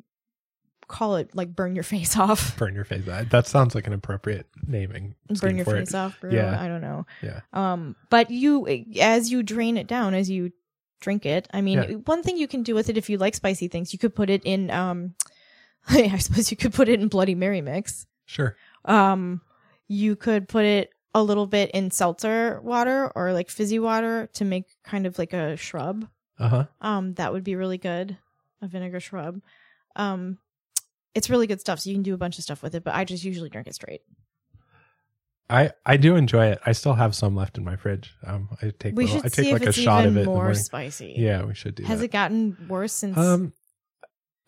[SPEAKER 3] call it like burn your face off,
[SPEAKER 2] Burn your face. That, that sounds like an appropriate naming. scheme
[SPEAKER 3] burn your
[SPEAKER 2] for it.
[SPEAKER 3] face off. Brew,
[SPEAKER 2] Yeah.
[SPEAKER 3] I don't know.
[SPEAKER 2] Yeah.
[SPEAKER 3] Um, but you, as you drain it down, as you drink it, I mean,
[SPEAKER 2] Yeah.
[SPEAKER 3] one thing you can do with it if you like spicy things, you could put it in, um, I suppose you could put it in Bloody Mary mix.
[SPEAKER 2] Sure.
[SPEAKER 3] Um, you could put it a little bit in seltzer water or like fizzy water to make kind of like a shrub.
[SPEAKER 2] Uh huh.
[SPEAKER 3] Um, that would be really good. A vinegar shrub. Um, it's really good stuff. So you can do a bunch of stuff with it, but I just usually drink it straight.
[SPEAKER 2] I I do enjoy it. I still have some left in my fridge. Um, I take
[SPEAKER 3] we
[SPEAKER 2] little-
[SPEAKER 3] should
[SPEAKER 2] I
[SPEAKER 3] see
[SPEAKER 2] take
[SPEAKER 3] if
[SPEAKER 2] like a
[SPEAKER 3] it's
[SPEAKER 2] shot
[SPEAKER 3] even
[SPEAKER 2] of it. in the
[SPEAKER 3] more
[SPEAKER 2] morning.
[SPEAKER 3] spicy.
[SPEAKER 2] Yeah, we should do
[SPEAKER 3] Has
[SPEAKER 2] that.
[SPEAKER 3] it gotten worse since?
[SPEAKER 2] um,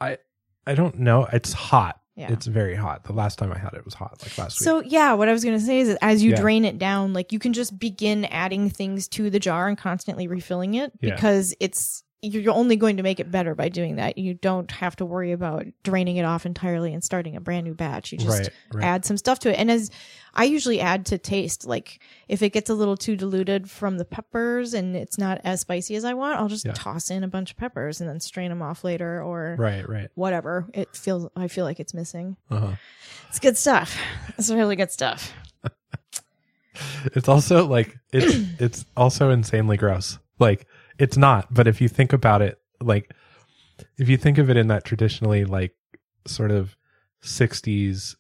[SPEAKER 2] I I don't know. It's hot.
[SPEAKER 3] yeah.
[SPEAKER 2] It's very hot. The last time I had it was hot, like last week.
[SPEAKER 3] So yeah, what I was gonna say is that as you
[SPEAKER 2] Yeah.
[SPEAKER 3] drain it down, like you can just begin adding things to the jar and constantly refilling it
[SPEAKER 2] Yeah.
[SPEAKER 3] because it's you're only going to make it better by doing that. You don't have to worry about draining it off entirely and starting a brand new batch. You just
[SPEAKER 2] right, right.
[SPEAKER 3] add some stuff to it. And as I usually add to taste, like if it gets a little too diluted from the peppers and it's not as spicy as I want, I'll just
[SPEAKER 2] Yeah.
[SPEAKER 3] toss in a bunch of peppers and then strain them off later or
[SPEAKER 2] right, right.
[SPEAKER 3] whatever. It feels I feel like it's missing.
[SPEAKER 2] Uh-huh.
[SPEAKER 3] It's good stuff. It's really good stuff.
[SPEAKER 2] It's also like it's it's also insanely gross. Like it's not, but if you think about it, like if you think of it in that traditionally like sort of 60s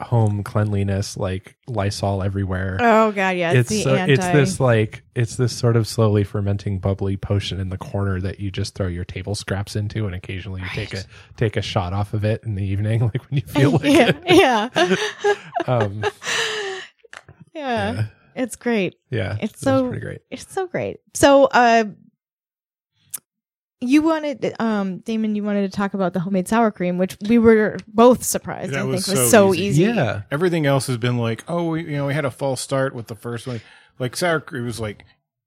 [SPEAKER 2] home cleanliness like Lysol everywhere.
[SPEAKER 3] Oh god, yeah, it's, the
[SPEAKER 2] so-
[SPEAKER 3] anti.
[SPEAKER 2] it's this like it's this sort of slowly fermenting bubbly potion in the corner that you just throw your table scraps into and occasionally you take a
[SPEAKER 3] Right.
[SPEAKER 2] take a shot off of it in the evening like when you feel like
[SPEAKER 3] yeah,
[SPEAKER 2] it.
[SPEAKER 3] yeah.
[SPEAKER 2] Um,
[SPEAKER 3] yeah,
[SPEAKER 2] yeah.
[SPEAKER 3] It's great.
[SPEAKER 2] Yeah.
[SPEAKER 3] It's
[SPEAKER 2] That's
[SPEAKER 3] so-
[SPEAKER 2] pretty great.
[SPEAKER 3] It's so great. So, uh, you wanted, um, Damon, you wanted to talk about the homemade sour cream, which we were both surprised.
[SPEAKER 4] That
[SPEAKER 3] I
[SPEAKER 4] was
[SPEAKER 3] think was
[SPEAKER 4] so
[SPEAKER 3] so easy.
[SPEAKER 4] easy.
[SPEAKER 2] Yeah.
[SPEAKER 4] Everything else has been like, oh, we, you know, we had a false start with the first one. Like sour cream was like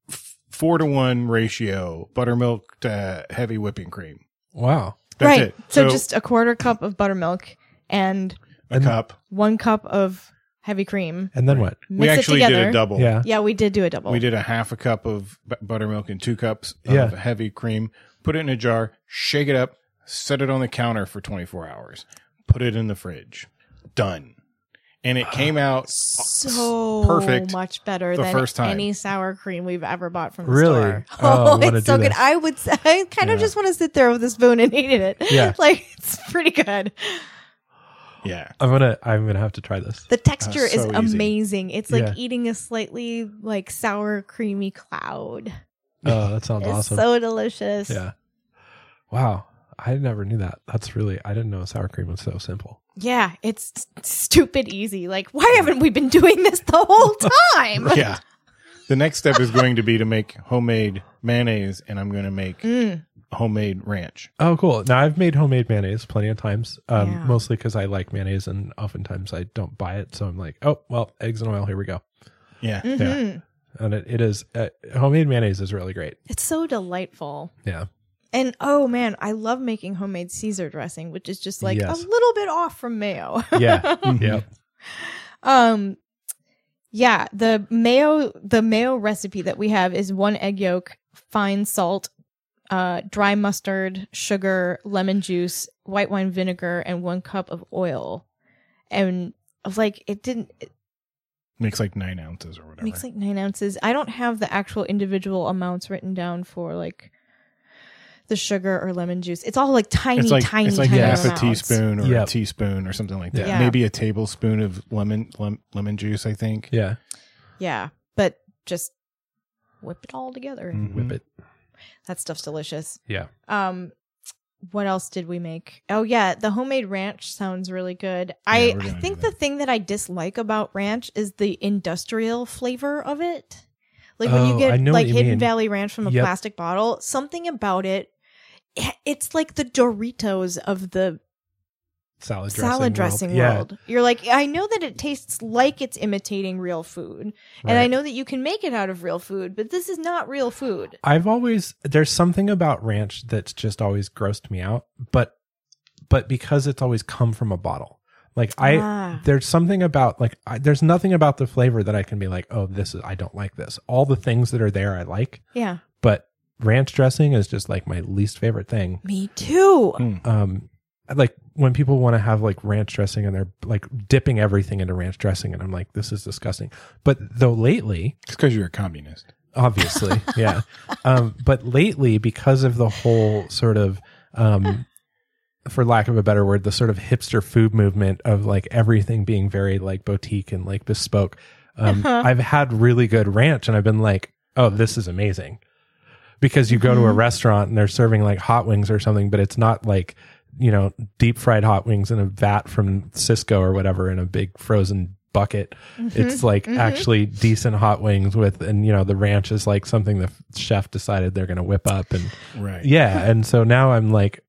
[SPEAKER 4] f- four to one ratio, buttermilk to heavy whipping cream.
[SPEAKER 2] Wow.
[SPEAKER 4] That's
[SPEAKER 3] right.
[SPEAKER 4] it.
[SPEAKER 3] So, just a quarter cup of buttermilk and
[SPEAKER 4] a cup.
[SPEAKER 3] one cup of heavy cream.
[SPEAKER 2] And then what?
[SPEAKER 3] Mix
[SPEAKER 4] We
[SPEAKER 3] it
[SPEAKER 4] actually did
[SPEAKER 3] together.
[SPEAKER 4] a double.
[SPEAKER 2] Yeah.
[SPEAKER 3] Yeah, we did do a double.
[SPEAKER 4] We did a half a cup of bu- buttermilk and two cups of
[SPEAKER 2] Yeah.
[SPEAKER 4] heavy cream. Put it in a jar, shake it up, set it on the counter for 24 hours, put it in the fridge. Done. And it came out
[SPEAKER 3] so
[SPEAKER 4] perfect
[SPEAKER 3] much better
[SPEAKER 4] the
[SPEAKER 3] than
[SPEAKER 4] first time.
[SPEAKER 3] any sour cream we've ever bought from the
[SPEAKER 2] Really?
[SPEAKER 3] store.
[SPEAKER 2] Oh, I
[SPEAKER 3] Oh,
[SPEAKER 2] wanna
[SPEAKER 3] it's so
[SPEAKER 2] do
[SPEAKER 3] good.
[SPEAKER 2] this.
[SPEAKER 3] I would. s- I kind of
[SPEAKER 4] Yeah.
[SPEAKER 3] just want to sit there with a spoon and eat it.
[SPEAKER 2] Yeah.
[SPEAKER 3] like it's pretty good.
[SPEAKER 4] yeah.
[SPEAKER 2] I'm gonna I'm gonna have to try this.
[SPEAKER 3] The texture
[SPEAKER 4] so
[SPEAKER 3] is
[SPEAKER 4] easy.
[SPEAKER 3] amazing. It's like
[SPEAKER 2] Uh, Yeah.
[SPEAKER 3] eating a slightly like sour creamy cloud.
[SPEAKER 2] Oh, that sounds
[SPEAKER 3] it's
[SPEAKER 2] awesome.
[SPEAKER 3] so delicious.
[SPEAKER 2] yeah. Wow. I never knew that. That's really I didn't know sour cream was so simple.
[SPEAKER 3] Yeah, it's s- stupid easy. Like, why haven't we been doing this the whole time?
[SPEAKER 4] Yeah. The next step is going to be to make homemade mayonnaise, and I'm going to make
[SPEAKER 3] Mm,
[SPEAKER 4] homemade ranch.
[SPEAKER 2] Oh, cool. Now I've made homemade mayonnaise plenty of times, um,
[SPEAKER 3] Yeah.
[SPEAKER 2] mostly because I like mayonnaise, and oftentimes I don't buy it, so I'm like, oh well, eggs and oil. Here we go.
[SPEAKER 4] Yeah.
[SPEAKER 3] mhm.
[SPEAKER 2] And it, it is uh, homemade mayonnaise is really great.
[SPEAKER 3] It's so delightful.
[SPEAKER 2] Yeah.
[SPEAKER 3] And oh man, I love making homemade Caesar dressing, which is just like
[SPEAKER 2] Yes.
[SPEAKER 3] a little bit off from mayo.
[SPEAKER 2] Yeah.
[SPEAKER 4] Mm-hmm.
[SPEAKER 2] yeah.
[SPEAKER 3] Um yeah, the mayo the mayo recipe that we have is one egg yolk, fine salt, uh dry mustard, sugar, lemon juice, white wine vinegar and 1 cup of oil. And I was like it didn't it
[SPEAKER 4] Makes like nine ounces or whatever.
[SPEAKER 3] makes like 9 ounces. I don't have the actual individual amounts written down for like the sugar or lemon juice. It's all like tiny
[SPEAKER 4] it's like
[SPEAKER 3] tiny
[SPEAKER 4] it's like
[SPEAKER 3] tiny
[SPEAKER 4] half a
[SPEAKER 3] amounts.
[SPEAKER 4] teaspoon or
[SPEAKER 2] Yeah.
[SPEAKER 4] a teaspoon or something like that.
[SPEAKER 3] Yeah.
[SPEAKER 4] Maybe a tablespoon of lemon lem, lemon juice. I think.
[SPEAKER 2] Yeah.
[SPEAKER 3] Yeah, but just whip it all together.
[SPEAKER 4] Mhm.
[SPEAKER 2] Whip it.
[SPEAKER 3] That stuff's delicious.
[SPEAKER 2] Yeah.
[SPEAKER 3] Um, what else did we make? Oh yeah, the homemade ranch sounds really good.
[SPEAKER 4] Yeah,
[SPEAKER 3] I,
[SPEAKER 4] we're
[SPEAKER 3] I
[SPEAKER 4] gonna
[SPEAKER 3] think
[SPEAKER 4] do
[SPEAKER 3] the
[SPEAKER 4] that.
[SPEAKER 3] thing that I dislike about ranch is the industrial flavor of it. Like when
[SPEAKER 2] Oh,
[SPEAKER 3] you get
[SPEAKER 2] I know what
[SPEAKER 3] like
[SPEAKER 2] you
[SPEAKER 3] Hidden
[SPEAKER 2] mean.
[SPEAKER 3] Valley Ranch from a
[SPEAKER 2] Yep.
[SPEAKER 3] plastic bottle, something about it. eh, It's like the Doritos of the
[SPEAKER 2] Salad dressing.
[SPEAKER 3] salad
[SPEAKER 2] world.
[SPEAKER 3] dressing
[SPEAKER 2] Yeah.
[SPEAKER 3] world. You're like, I know that it tastes like it's imitating real food, and
[SPEAKER 2] Right.
[SPEAKER 3] I know that you can make it out of real food, but this is not real food.
[SPEAKER 2] I've always there's something about ranch that's just always grossed me out, but but because it's always come from a bottle. Like I
[SPEAKER 3] Ah.
[SPEAKER 2] there's something about like I, there's nothing about the flavor that I can be like, "Oh, this is I don't like this." All the things that are there I like,
[SPEAKER 3] Yeah,
[SPEAKER 2] but ranch dressing is just like my least favorite thing.
[SPEAKER 3] me too.
[SPEAKER 2] Um like when people want to have like ranch dressing and they're like dipping everything into ranch dressing and I'm like, "This is disgusting." But though lately,
[SPEAKER 4] It's because you're a communist.
[SPEAKER 2] obviously yeah um but lately because of the whole sort of um for lack of a better word the sort of hipster food movement of like everything being very like boutique and like bespoke um
[SPEAKER 3] Uh-huh.
[SPEAKER 2] i've had really good ranch and i've been like oh this is amazing because you go to a restaurant and they're serving like hot wings or something, but it's not like you know deep fried hot wings in a vat from Cisco or whatever in a big frozen bucket. It's like actually decent hot wings with and you know the ranch is like something the chef decided they're going to whip up and
[SPEAKER 4] Right.
[SPEAKER 2] yeah, and so now I'm like,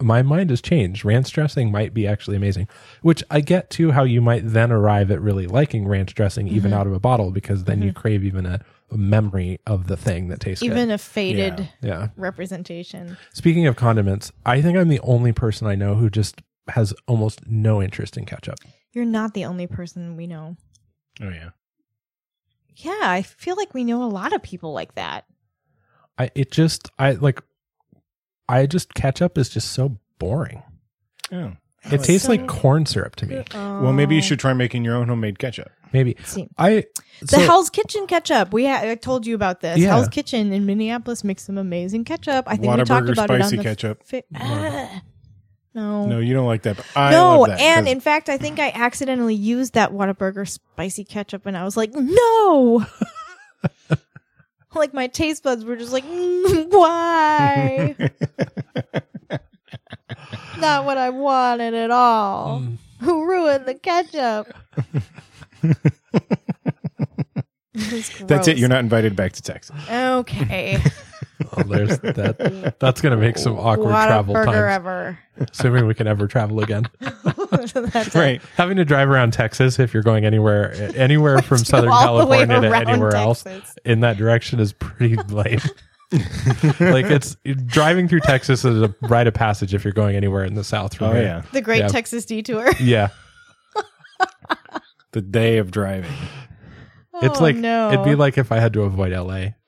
[SPEAKER 2] my mind has changed. Ranch dressing might be actually amazing, which I get to how you might then arrive at really liking ranch dressing even out of a bottle because then you crave even a, a memory of the thing that tastes
[SPEAKER 3] even a faded
[SPEAKER 2] good. Yeah.
[SPEAKER 3] representation.
[SPEAKER 2] Speaking of condiments, I think I'm the only person I know who just has almost no interest in ketchup.
[SPEAKER 3] You're not the only person we know.
[SPEAKER 4] Oh yeah.
[SPEAKER 3] Yeah, I feel like we know a lot of people like that.
[SPEAKER 2] I it just I like I just ketchup is just so boring.
[SPEAKER 4] Yeah.
[SPEAKER 2] It tastes
[SPEAKER 3] Oh, so-
[SPEAKER 2] like corn syrup to me.
[SPEAKER 4] Oh. Well, maybe
[SPEAKER 3] Uh,
[SPEAKER 4] you should try making your own homemade ketchup.
[SPEAKER 2] Maybe
[SPEAKER 3] See.
[SPEAKER 2] I
[SPEAKER 3] The
[SPEAKER 2] so-
[SPEAKER 3] Hell's Kitchen ketchup. We ha- I told you about this.
[SPEAKER 2] Yeah.
[SPEAKER 3] Hell's Kitchen in Minneapolis makes some amazing ketchup. I think we talked
[SPEAKER 4] Whataburger
[SPEAKER 3] about it on
[SPEAKER 4] spicy
[SPEAKER 3] the
[SPEAKER 4] ketchup.
[SPEAKER 3] Fi- Ah. no.
[SPEAKER 4] No, you don't like that. But I
[SPEAKER 3] No,
[SPEAKER 4] love that
[SPEAKER 3] and
[SPEAKER 4] 'cause
[SPEAKER 3] in fact, I think I accidentally used that Whataburger spicy ketchup, and I was like, no. like my taste buds were just like, "Mm, why? Not what I wanted at all.
[SPEAKER 2] Mm.
[SPEAKER 3] Who ruined the ketchup? It was
[SPEAKER 4] that's it.
[SPEAKER 3] gross.
[SPEAKER 4] You're not invited back to Texas.
[SPEAKER 3] okay.
[SPEAKER 2] Oh, there's that. That's going to make some awkward travel
[SPEAKER 3] Whataburger
[SPEAKER 2] times.
[SPEAKER 3] ever.
[SPEAKER 2] Assuming we can ever travel again.
[SPEAKER 3] That's it.
[SPEAKER 4] Right.
[SPEAKER 2] Having to drive around Texas if you're going anywhere anywhere from
[SPEAKER 3] Go
[SPEAKER 2] Southern
[SPEAKER 3] all the way
[SPEAKER 2] California to
[SPEAKER 3] around
[SPEAKER 2] anywhere else
[SPEAKER 3] Texas.
[SPEAKER 2] in that direction is pretty lame. like it's driving through Texas is a rite of passage if you're going anywhere in the South. From
[SPEAKER 4] Oh
[SPEAKER 2] here.
[SPEAKER 4] yeah.
[SPEAKER 3] The Great
[SPEAKER 2] Yeah.
[SPEAKER 3] Texas Detour.
[SPEAKER 2] yeah.
[SPEAKER 4] The day of driving.
[SPEAKER 2] It's
[SPEAKER 3] Oh,
[SPEAKER 2] like
[SPEAKER 3] no.
[SPEAKER 2] it'd be like if I had to avoid LA.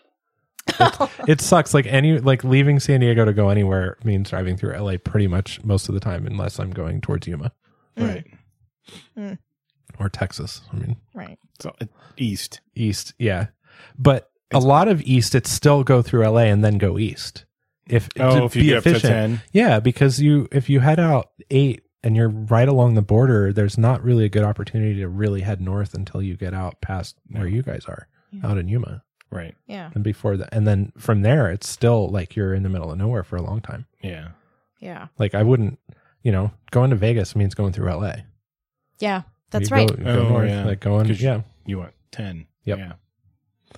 [SPEAKER 2] It's- it sucks. Like any like leaving San Diego to go anywhere means driving through LA pretty much most of the time, unless I'm going towards Yuma
[SPEAKER 3] Mm.
[SPEAKER 4] Right.
[SPEAKER 2] or Texas. I mean,
[SPEAKER 3] right.
[SPEAKER 4] So uh, east.
[SPEAKER 2] east yeah but a lot of east it's still go through la and then go east if
[SPEAKER 4] Oh, if you get up to 10.
[SPEAKER 2] yeah because you if you head out eight and you're right along the border there's not really a good opportunity to really head north until you get out past where you guys are
[SPEAKER 3] Yeah.
[SPEAKER 2] out in yuma
[SPEAKER 4] Right.
[SPEAKER 3] Yeah.
[SPEAKER 2] and before that and then from there it's still like you're in the middle of nowhere for a long time
[SPEAKER 4] Yeah.
[SPEAKER 3] Yeah.
[SPEAKER 2] like i wouldn't you know going to vegas means going through la
[SPEAKER 3] Yeah. That's
[SPEAKER 2] You
[SPEAKER 3] right.
[SPEAKER 2] go, you go
[SPEAKER 4] Oh,
[SPEAKER 2] north
[SPEAKER 4] yeah.
[SPEAKER 2] like going
[SPEAKER 4] 'Cause you-
[SPEAKER 2] yeah
[SPEAKER 4] You want ten.
[SPEAKER 2] Yep.
[SPEAKER 4] Yeah.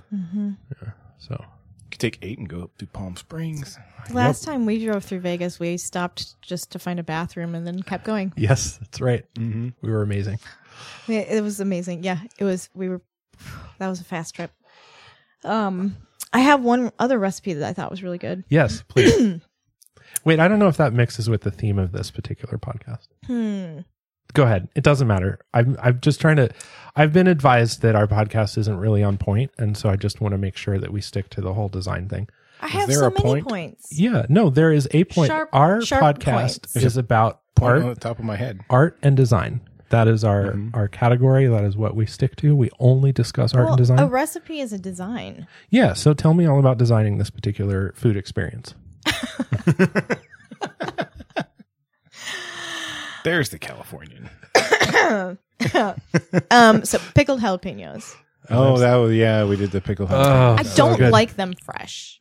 [SPEAKER 3] hmm
[SPEAKER 2] so
[SPEAKER 4] You could take eight and go up to Palm Springs.
[SPEAKER 3] Last time we drove through Vegas, we stopped just to find a bathroom and then kept going.
[SPEAKER 2] yes that's right
[SPEAKER 4] Mm-hmm.
[SPEAKER 2] we were amazing
[SPEAKER 3] It, it was amazing. Yeah, it was. We were. That was a fast trip. Um, I have one other recipe that I thought was really good.
[SPEAKER 2] Yes, please. Wait, I don't know if that mixes with the theme of this particular podcast.
[SPEAKER 3] Hmm.
[SPEAKER 2] Go ahead. It doesn't matter. I'm I'm just trying to I've been advised that our podcast isn't really on point, and so I just want to make sure that we stick to the whole design thing.
[SPEAKER 3] I have
[SPEAKER 4] there
[SPEAKER 3] so
[SPEAKER 4] a
[SPEAKER 3] many
[SPEAKER 4] point?
[SPEAKER 3] points.
[SPEAKER 2] Yeah, no, there is a point.
[SPEAKER 3] Sharp-
[SPEAKER 2] our
[SPEAKER 3] sharp
[SPEAKER 2] podcast
[SPEAKER 3] points.
[SPEAKER 2] is about
[SPEAKER 4] Point
[SPEAKER 2] art
[SPEAKER 4] on the top of my head.
[SPEAKER 2] art and design. That is our our category. That is what we stick to. We only discuss art
[SPEAKER 3] Well,
[SPEAKER 2] and design.
[SPEAKER 3] a recipe is a design.
[SPEAKER 2] yeah, so tell me all about designing this particular food experience.
[SPEAKER 4] There's the Californian.
[SPEAKER 3] um, so pickled jalapenos.
[SPEAKER 4] Oh, that was yeah. We did the pickle.
[SPEAKER 2] Oh,
[SPEAKER 3] I
[SPEAKER 2] so
[SPEAKER 3] don't
[SPEAKER 2] good.
[SPEAKER 3] like them fresh.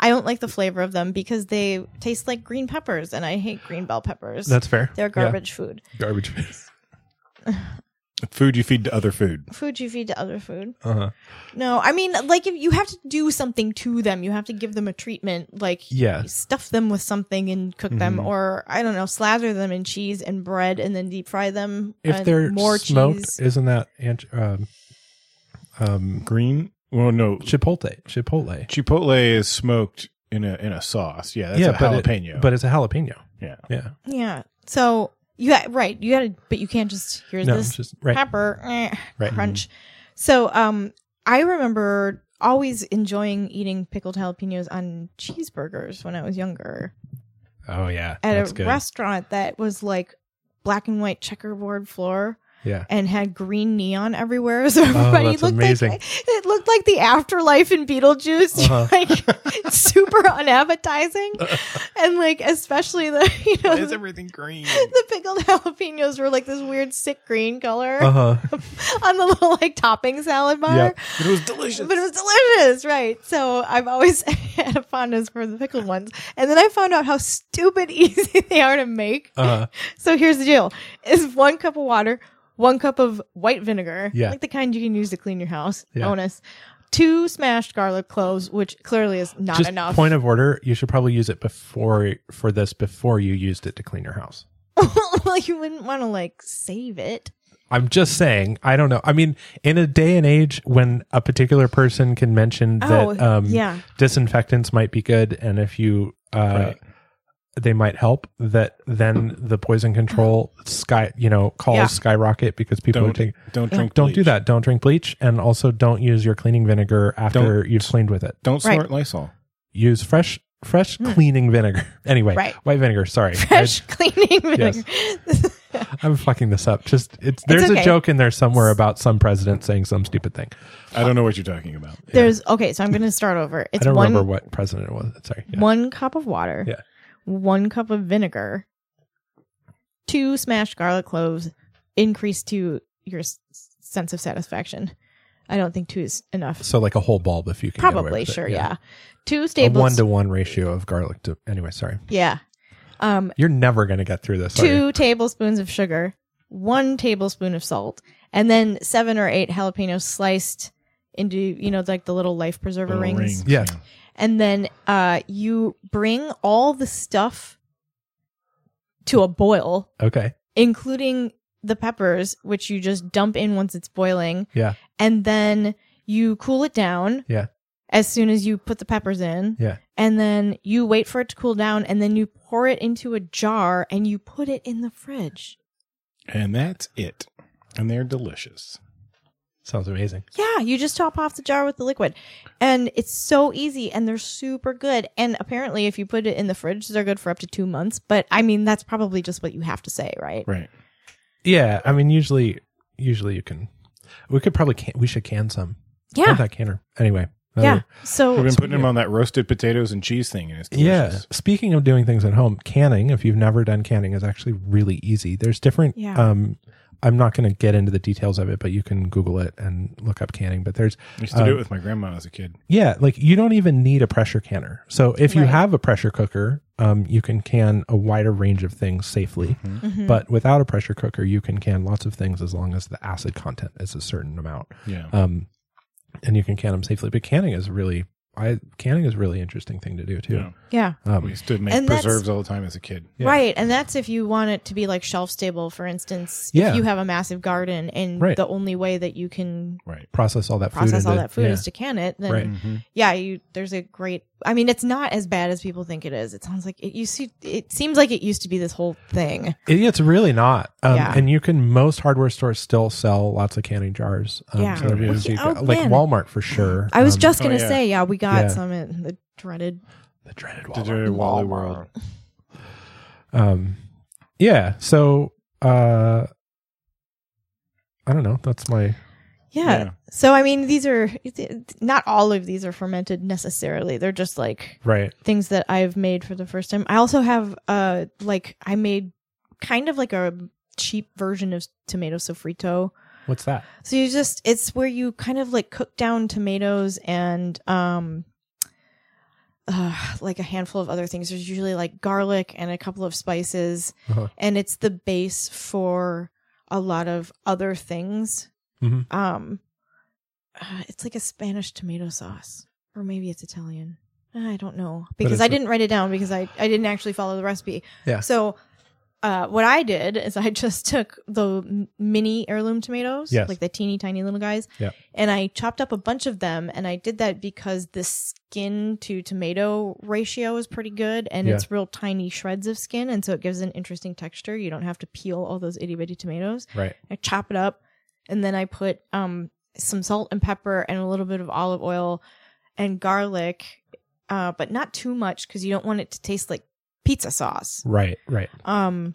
[SPEAKER 3] I don't like the flavor of them because they taste like green peppers, and I hate green bell peppers.
[SPEAKER 2] That's fair.
[SPEAKER 3] They're
[SPEAKER 2] Yeah.
[SPEAKER 3] garbage food.
[SPEAKER 2] Garbage.
[SPEAKER 4] food you feed to other food.
[SPEAKER 3] Food you feed to other food.
[SPEAKER 2] uh-huh.
[SPEAKER 3] No, I mean, like, if you have to do something to them, you have to give them a treatment. Like,
[SPEAKER 2] Yeah. Mm-hmm.
[SPEAKER 3] stuff them with something and cook them, or I don't know, slather them in cheese and bread, and then deep fry them.
[SPEAKER 2] if
[SPEAKER 3] and
[SPEAKER 2] they're smoked,
[SPEAKER 3] cheese.
[SPEAKER 2] isn't that ant- um, um,
[SPEAKER 4] Green. Well, no.
[SPEAKER 2] chipotle? Chipotle.
[SPEAKER 4] Chipotle is smoked in a in a sauce. Yeah, that's a
[SPEAKER 2] but it-
[SPEAKER 4] jalapeno.
[SPEAKER 2] but it's a jalapeno.
[SPEAKER 4] yeah,
[SPEAKER 2] Yeah,
[SPEAKER 3] yeah. So you ha- right, you got to, but you can't just hear
[SPEAKER 2] no,
[SPEAKER 3] this
[SPEAKER 2] it's just right.
[SPEAKER 3] pepper eh,
[SPEAKER 2] Right.
[SPEAKER 3] crunch. So um, I remember always enjoying eating pickled jalapenos on cheeseburgers when I was younger.
[SPEAKER 2] Oh yeah,
[SPEAKER 3] at
[SPEAKER 2] that's
[SPEAKER 3] a
[SPEAKER 2] good.
[SPEAKER 3] restaurant that was like black and white checkerboard floor
[SPEAKER 2] Yeah.
[SPEAKER 3] and had green neon everywhere. So everybody
[SPEAKER 2] Oh, that's
[SPEAKER 3] looked
[SPEAKER 2] amazing.
[SPEAKER 3] like it looked like the afterlife in Beetlejuice,
[SPEAKER 2] Uh-huh.
[SPEAKER 3] like super unappetizing, and like especially the you know
[SPEAKER 4] Why is
[SPEAKER 3] the,
[SPEAKER 4] everything green?
[SPEAKER 3] pickled jalapenos were like this weird sick green color
[SPEAKER 2] Uh huh.
[SPEAKER 3] on the little like topping salad bar.
[SPEAKER 2] Yep.
[SPEAKER 4] It was delicious.
[SPEAKER 3] But it was delicious, right? So I've always had a fondness for the pickled ones. And then I found out how stupid easy they are to make.
[SPEAKER 2] Uh huh.
[SPEAKER 3] So here's the deal: is one cup of water, one cup of white vinegar,
[SPEAKER 2] Yeah.
[SPEAKER 3] like the kind you can use to clean your house.
[SPEAKER 2] Yeah.
[SPEAKER 3] Bonus, two smashed garlic cloves, which clearly is not
[SPEAKER 2] Just
[SPEAKER 3] enough.
[SPEAKER 2] point of order. You should probably use it before for this before you used it to clean your house.
[SPEAKER 3] well, you wouldn't want to like save it.
[SPEAKER 2] I'm just saying. I don't know. I mean, in a day and age when a particular person can mention that
[SPEAKER 3] oh,
[SPEAKER 2] um,
[SPEAKER 3] yeah,
[SPEAKER 2] disinfectants might be good, and if you uh,
[SPEAKER 4] Right.
[SPEAKER 2] they might help, that then the poison control sky you know calls
[SPEAKER 3] Yeah.
[SPEAKER 2] skyrocket because people are
[SPEAKER 4] don't
[SPEAKER 2] taking.
[SPEAKER 4] don't drink.
[SPEAKER 2] Don't do
[SPEAKER 4] bleach.
[SPEAKER 2] that. Don't drink bleach, and also don't use your cleaning vinegar after
[SPEAKER 4] Don't.
[SPEAKER 2] you've cleaned with it.
[SPEAKER 4] Don't
[SPEAKER 3] Right.
[SPEAKER 4] snort Lysol.
[SPEAKER 2] Use fresh, fresh
[SPEAKER 3] Hmm.
[SPEAKER 2] cleaning vinegar. Anyway,
[SPEAKER 3] Right.
[SPEAKER 2] white vinegar. Sorry,
[SPEAKER 3] fresh cleaning vinegar.
[SPEAKER 2] I, I'm fucking this up. Just it's there's
[SPEAKER 3] okay.
[SPEAKER 2] a joke in there somewhere about some president saying some stupid thing.
[SPEAKER 4] I don't know what you're talking about.
[SPEAKER 3] There's okay, so I'm going to start over. It's
[SPEAKER 2] I don't
[SPEAKER 3] one
[SPEAKER 2] remember what president it was. Sorry. Yeah.
[SPEAKER 3] one cup of water,
[SPEAKER 2] Yeah.
[SPEAKER 3] one cup of vinegar, two smashed garlic cloves, increase to your s- sense of satisfaction. I don't think two is enough.
[SPEAKER 2] So like a whole bulb if you can. get away
[SPEAKER 3] Probably,
[SPEAKER 2] with it.
[SPEAKER 3] sure, yeah. Two
[SPEAKER 2] A
[SPEAKER 3] staples.
[SPEAKER 2] one to one ratio of garlic to anyway. Sorry,
[SPEAKER 3] yeah. Um,
[SPEAKER 2] you're never gonna get through this. are you?
[SPEAKER 3] two tablespoons of sugar, one tablespoon of salt, and then seven or eight jalapenos sliced into, you know, like the little life preserver
[SPEAKER 4] Little
[SPEAKER 3] rings.
[SPEAKER 4] rings,
[SPEAKER 2] Yeah.
[SPEAKER 3] and then uh, you bring all the stuff to a boil,
[SPEAKER 2] Okay.
[SPEAKER 3] including the peppers, which you just dump in once it's boiling.
[SPEAKER 2] Yeah.
[SPEAKER 3] And then you cool it down.
[SPEAKER 2] Yeah.
[SPEAKER 3] As soon as you put the peppers in.
[SPEAKER 2] Yeah.
[SPEAKER 3] And then you wait for it to cool down, and then you pour it into a jar and you put it in the fridge.
[SPEAKER 4] And that's it. And they're delicious.
[SPEAKER 2] Sounds amazing.
[SPEAKER 3] Yeah, you just top off the jar with the liquid. And it's so easy and they're super good. And apparently if you put it in the fridge, they're good for up to 2 months, but I mean that's probably just what you have to say, right?
[SPEAKER 4] Right.
[SPEAKER 2] Yeah. I mean, usually, usually you can. We could probably can. We should can some.
[SPEAKER 3] Yeah.
[SPEAKER 2] Have that canner. Anyway. uh,
[SPEAKER 3] Yeah.
[SPEAKER 4] We've
[SPEAKER 3] Oh, So
[SPEAKER 4] been putting them on that roasted potatoes and cheese thing, and it's
[SPEAKER 2] Yeah.
[SPEAKER 4] delicious.
[SPEAKER 2] Speaking of doing things at home, canning, if you've never done canning, is actually really easy. There's different
[SPEAKER 3] Yeah.
[SPEAKER 2] um I'm not going to get into the details of it, but you can Google it and look up canning. But there's,
[SPEAKER 4] I used to
[SPEAKER 2] Um,
[SPEAKER 4] do it with my grandma as a kid.
[SPEAKER 2] yeah, like you don't even need a pressure canner. So if you
[SPEAKER 3] Right.
[SPEAKER 2] have a pressure cooker, um, you can can a wider range of things safely.
[SPEAKER 3] Mhm.
[SPEAKER 2] But without a pressure cooker, you can can lots of things as long as the acid content is a certain amount.
[SPEAKER 4] Yeah.
[SPEAKER 2] Um, and you can can them safely. But canning is really, I canning is a really interesting thing to do too.
[SPEAKER 4] Yeah.
[SPEAKER 3] yeah.
[SPEAKER 4] We
[SPEAKER 2] Um,
[SPEAKER 4] used to make
[SPEAKER 3] And that's-
[SPEAKER 4] preserves all the time as a kid.
[SPEAKER 2] Yeah.
[SPEAKER 3] Right, and that's if you want it to be like shelf stable for instance,
[SPEAKER 2] Yeah.
[SPEAKER 3] if you have a massive garden and
[SPEAKER 2] Right.
[SPEAKER 3] the only way that you can
[SPEAKER 4] Right. Mm-hmm.
[SPEAKER 2] process all that food.
[SPEAKER 3] process all
[SPEAKER 2] into-
[SPEAKER 3] that food
[SPEAKER 2] yeah.
[SPEAKER 3] is to can it, then
[SPEAKER 2] Right.
[SPEAKER 3] yeah, you there's a great I mean it's not as bad as people think it is. It sounds like it you see it seems like it used to be this whole thing.
[SPEAKER 2] It- it's really not. Um,
[SPEAKER 3] Yeah.
[SPEAKER 2] And you can, most hardware stores still sell lots of canning jars. Um,
[SPEAKER 3] Yeah.
[SPEAKER 2] so they're
[SPEAKER 4] Oh,
[SPEAKER 2] easy
[SPEAKER 3] yeah.
[SPEAKER 2] to-
[SPEAKER 3] Oh,
[SPEAKER 2] like
[SPEAKER 3] man.
[SPEAKER 2] Walmart for sure.
[SPEAKER 3] I was
[SPEAKER 2] Um,
[SPEAKER 3] just
[SPEAKER 4] oh,
[SPEAKER 3] gonna
[SPEAKER 4] yeah.
[SPEAKER 3] say, yeah, we got
[SPEAKER 2] Yeah.
[SPEAKER 3] some in the dreaded
[SPEAKER 2] the dreaded
[SPEAKER 4] To
[SPEAKER 2] Walmart.
[SPEAKER 4] do it Wally World.
[SPEAKER 2] um, yeah. So, uh, I don't know. That's my,
[SPEAKER 3] Yeah.
[SPEAKER 4] Yeah.
[SPEAKER 3] So I mean, these are not all of these are fermented necessarily. They're just like
[SPEAKER 2] right.
[SPEAKER 3] things that I've made for the first time. I also have uh like I made kind of like a cheap version of tomato sofrito.
[SPEAKER 2] What's that?
[SPEAKER 3] So you just it's where you kind of like cook down tomatoes and um uh, like a handful of other things. There's usually like garlic and a couple of spices,
[SPEAKER 2] Uh-huh.
[SPEAKER 3] and it's the base for a lot of other things.
[SPEAKER 2] Mhm.
[SPEAKER 3] Um, uh, it's like a Spanish tomato sauce, or maybe it's Italian. I don't know because
[SPEAKER 2] it's
[SPEAKER 3] I
[SPEAKER 2] a-
[SPEAKER 3] didn't write it down because I I didn't actually follow the recipe.
[SPEAKER 2] Yeah.
[SPEAKER 3] So uh, what I did is I just took the m- mini heirloom tomatoes,
[SPEAKER 2] Yes.
[SPEAKER 3] like the teeny tiny little guys,
[SPEAKER 2] Yeah.
[SPEAKER 3] and I chopped up a bunch of them. And I did that because the skin to tomato ratio is pretty good, and
[SPEAKER 2] Yeah.
[SPEAKER 3] it's real tiny shreds of skin, and so it gives an interesting texture. You don't have to peel all those itty bitty tomatoes.
[SPEAKER 2] Right.
[SPEAKER 3] I chop it up, and then I put um, some salt and pepper and a little bit of olive oil and garlic, uh, but not too much because you don't want it to taste like pizza sauce.
[SPEAKER 2] Right. Right.
[SPEAKER 3] Um,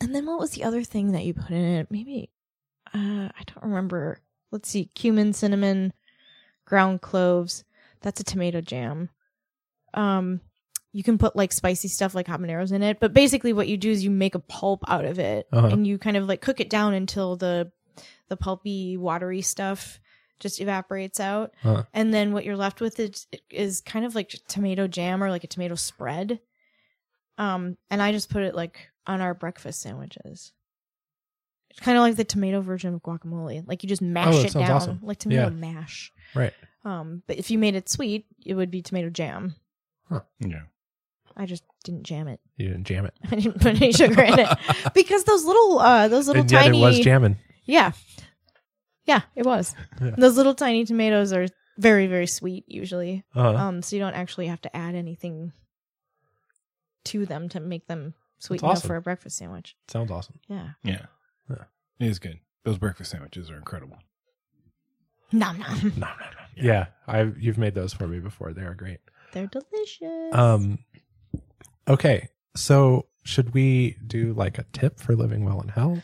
[SPEAKER 3] and then what was the other thing that you put in it? Maybe uh, I don't remember. Let's see, cumin, cinnamon, ground cloves. That's a tomato jam. Um, you can put like spicy stuff like habaneros in it, but basically what you do is you make a pulp out of it
[SPEAKER 2] Uh-huh.
[SPEAKER 3] and you kind of like cook it down until the the pulpy, watery stuff just evaporates out.
[SPEAKER 2] Uh-huh.
[SPEAKER 3] And then what you're left with is, is kind of like tomato jam or like a tomato spread. Um, and I just put it like on our breakfast sandwiches. It's kind of like the tomato version of guacamole. Like you just mash
[SPEAKER 2] Oh, that
[SPEAKER 3] it
[SPEAKER 2] sounds
[SPEAKER 3] down,
[SPEAKER 2] awesome.
[SPEAKER 3] like tomato
[SPEAKER 2] Yeah.
[SPEAKER 3] mash.
[SPEAKER 2] Right.
[SPEAKER 3] Um, but if you made it sweet, it would be tomato jam.
[SPEAKER 4] Yeah.
[SPEAKER 3] I just didn't jam it.
[SPEAKER 2] You didn't jam it.
[SPEAKER 3] I didn't put any sugar in it because those little, uh, those little
[SPEAKER 2] and yet
[SPEAKER 3] tiny,
[SPEAKER 2] it was jamming.
[SPEAKER 3] yeah, yeah, it was.
[SPEAKER 2] Yeah.
[SPEAKER 3] Those little tiny tomatoes are very, very sweet usually.
[SPEAKER 2] Uh-huh.
[SPEAKER 3] um so you don't actually have to add anything to them to make them sweet
[SPEAKER 2] That's
[SPEAKER 3] enough
[SPEAKER 2] awesome.
[SPEAKER 3] for a breakfast sandwich
[SPEAKER 2] Sounds awesome.
[SPEAKER 3] yeah
[SPEAKER 4] Yeah.
[SPEAKER 2] Yeah.
[SPEAKER 4] It is good. Those breakfast sandwiches are incredible.
[SPEAKER 3] nom nom
[SPEAKER 2] No, no, no. Yeah, I you've made those for me before. They are great.
[SPEAKER 3] they're delicious
[SPEAKER 2] Um, okay, so should we do like a tip for living well in hell?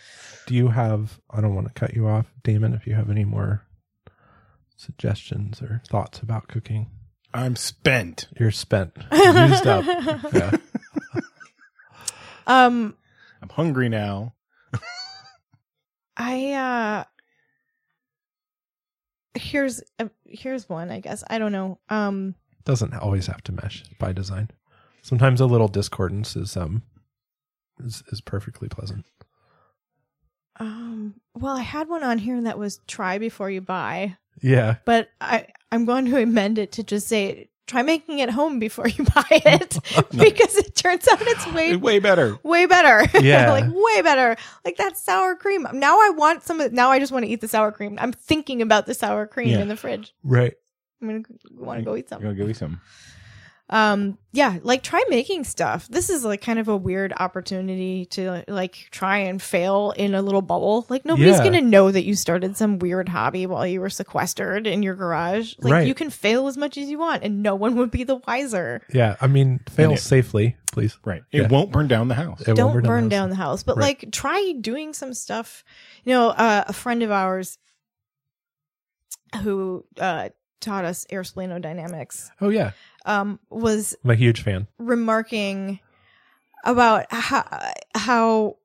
[SPEAKER 2] Do you have? I don't want to cut you off, Damon. If you have any more suggestions or thoughts about cooking,
[SPEAKER 4] I'm spent.
[SPEAKER 2] you're spent, used up. Yeah.
[SPEAKER 3] um
[SPEAKER 4] I'm hungry now.
[SPEAKER 3] i uh here's uh, here's one i guess i don't know um
[SPEAKER 2] Doesn't always have to mesh by design. Sometimes a little discordance is um is, is perfectly pleasant.
[SPEAKER 3] um well i had one on here that was try before you buy
[SPEAKER 2] Yeah.
[SPEAKER 3] but I I'm going to amend it to just say try making it home before you buy it because it turns out it's way
[SPEAKER 4] It's way better.
[SPEAKER 3] way better.
[SPEAKER 2] Yeah.
[SPEAKER 3] like way better. Like that sour cream. Now I want some of now I just want to eat the sour cream. I'm thinking about the sour cream
[SPEAKER 4] Yeah.
[SPEAKER 3] in the fridge.
[SPEAKER 2] Right.
[SPEAKER 3] I'm going to want to go eat
[SPEAKER 4] I'm
[SPEAKER 3] some.
[SPEAKER 4] gonna give you some.
[SPEAKER 3] Um yeah, like try making stuff. This is like kind of a weird opportunity to like try and fail in a little bubble. Like nobody's
[SPEAKER 2] Yeah.
[SPEAKER 3] going to know that you started some weird hobby while you were sequestered in your garage. Like
[SPEAKER 2] Right.
[SPEAKER 3] you can fail as much as you want and no one would be the wiser.
[SPEAKER 2] Yeah. I mean, fail
[SPEAKER 4] And it-
[SPEAKER 2] safely, please.
[SPEAKER 4] Right. It
[SPEAKER 2] Yeah.
[SPEAKER 4] won't burn down the house.
[SPEAKER 2] It won't
[SPEAKER 3] don't burn
[SPEAKER 2] the house.
[SPEAKER 3] down the house, but
[SPEAKER 2] Right.
[SPEAKER 3] like try doing some stuff. You know, uh, a friend of ours who uh, taught us air splenodynamics
[SPEAKER 2] Oh yeah,
[SPEAKER 3] um, was
[SPEAKER 2] I'm a huge fan.
[SPEAKER 3] remarking about how, how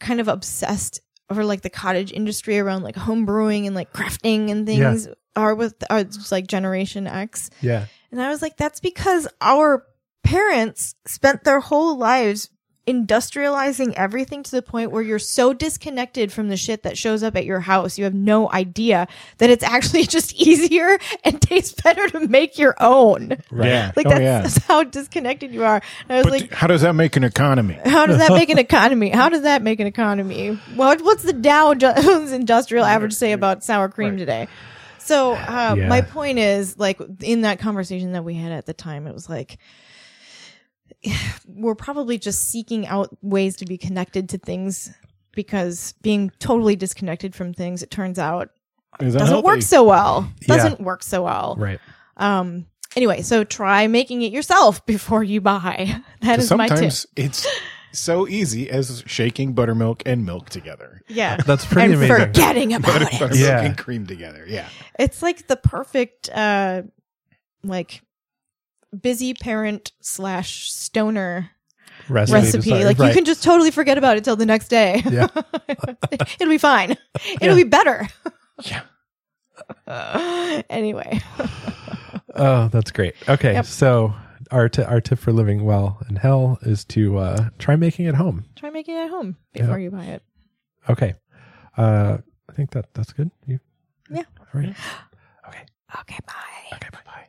[SPEAKER 3] kind of obsessed over like the cottage industry around like home brewing and like crafting and
[SPEAKER 2] Yeah.
[SPEAKER 3] things are with are just, like Generation X.
[SPEAKER 2] Yeah.
[SPEAKER 3] And I was like, that's because our parents spent their whole lives industrializing everything to the point where you're so disconnected from the shit that shows up at your house. You have no idea that it's actually just easier and tastes better to make your own.
[SPEAKER 2] Right.
[SPEAKER 4] Yeah.
[SPEAKER 3] Like
[SPEAKER 4] oh
[SPEAKER 3] that's,
[SPEAKER 4] yeah.
[SPEAKER 3] that's how disconnected you are. And I was
[SPEAKER 4] But
[SPEAKER 3] like,
[SPEAKER 4] how does that make an economy?
[SPEAKER 3] how does that make an economy? How does that make an economy? What what's the Dow Jones Industrial Average say about sour cream today? So uh,
[SPEAKER 2] Yeah.
[SPEAKER 3] my point is, like in that conversation that we had at the time, it was like we're probably just seeking out ways to be connected to things because being totally disconnected from things, it turns out,
[SPEAKER 4] Is
[SPEAKER 3] doesn't
[SPEAKER 4] unhealthy.
[SPEAKER 3] work so well.
[SPEAKER 2] Yeah.
[SPEAKER 3] Doesn't work so well.
[SPEAKER 2] Right.
[SPEAKER 3] Um. Anyway, so try making it yourself before you buy. That is my tip.
[SPEAKER 4] Sometimes it's so easy as shaking buttermilk and milk together.
[SPEAKER 3] Yeah.
[SPEAKER 2] That's pretty
[SPEAKER 3] and
[SPEAKER 2] amazing.
[SPEAKER 3] forgetting about
[SPEAKER 4] Butter,
[SPEAKER 3] it.
[SPEAKER 4] buttermilk
[SPEAKER 2] Yeah.
[SPEAKER 4] and cream together. Yeah.
[SPEAKER 3] It's like the perfect, uh, like busy parent slash stoner
[SPEAKER 2] recipe.
[SPEAKER 3] recipe.
[SPEAKER 2] decided-
[SPEAKER 3] Like
[SPEAKER 2] right.
[SPEAKER 3] you can just totally forget about it till the next day.
[SPEAKER 2] Yeah.
[SPEAKER 3] It'll be fine. It'll be better. yeah. anyway,
[SPEAKER 2] Oh, that's great. Okay,
[SPEAKER 3] Yep.
[SPEAKER 2] so our ti our tip for living well in hell is to uh, try making it home.
[SPEAKER 3] try making it at home before you buy it.
[SPEAKER 2] Okay, uh, I think that that's good. You,
[SPEAKER 3] Yeah.
[SPEAKER 2] All right.
[SPEAKER 3] Okay, bye.
[SPEAKER 2] Okay. Bye. Bye.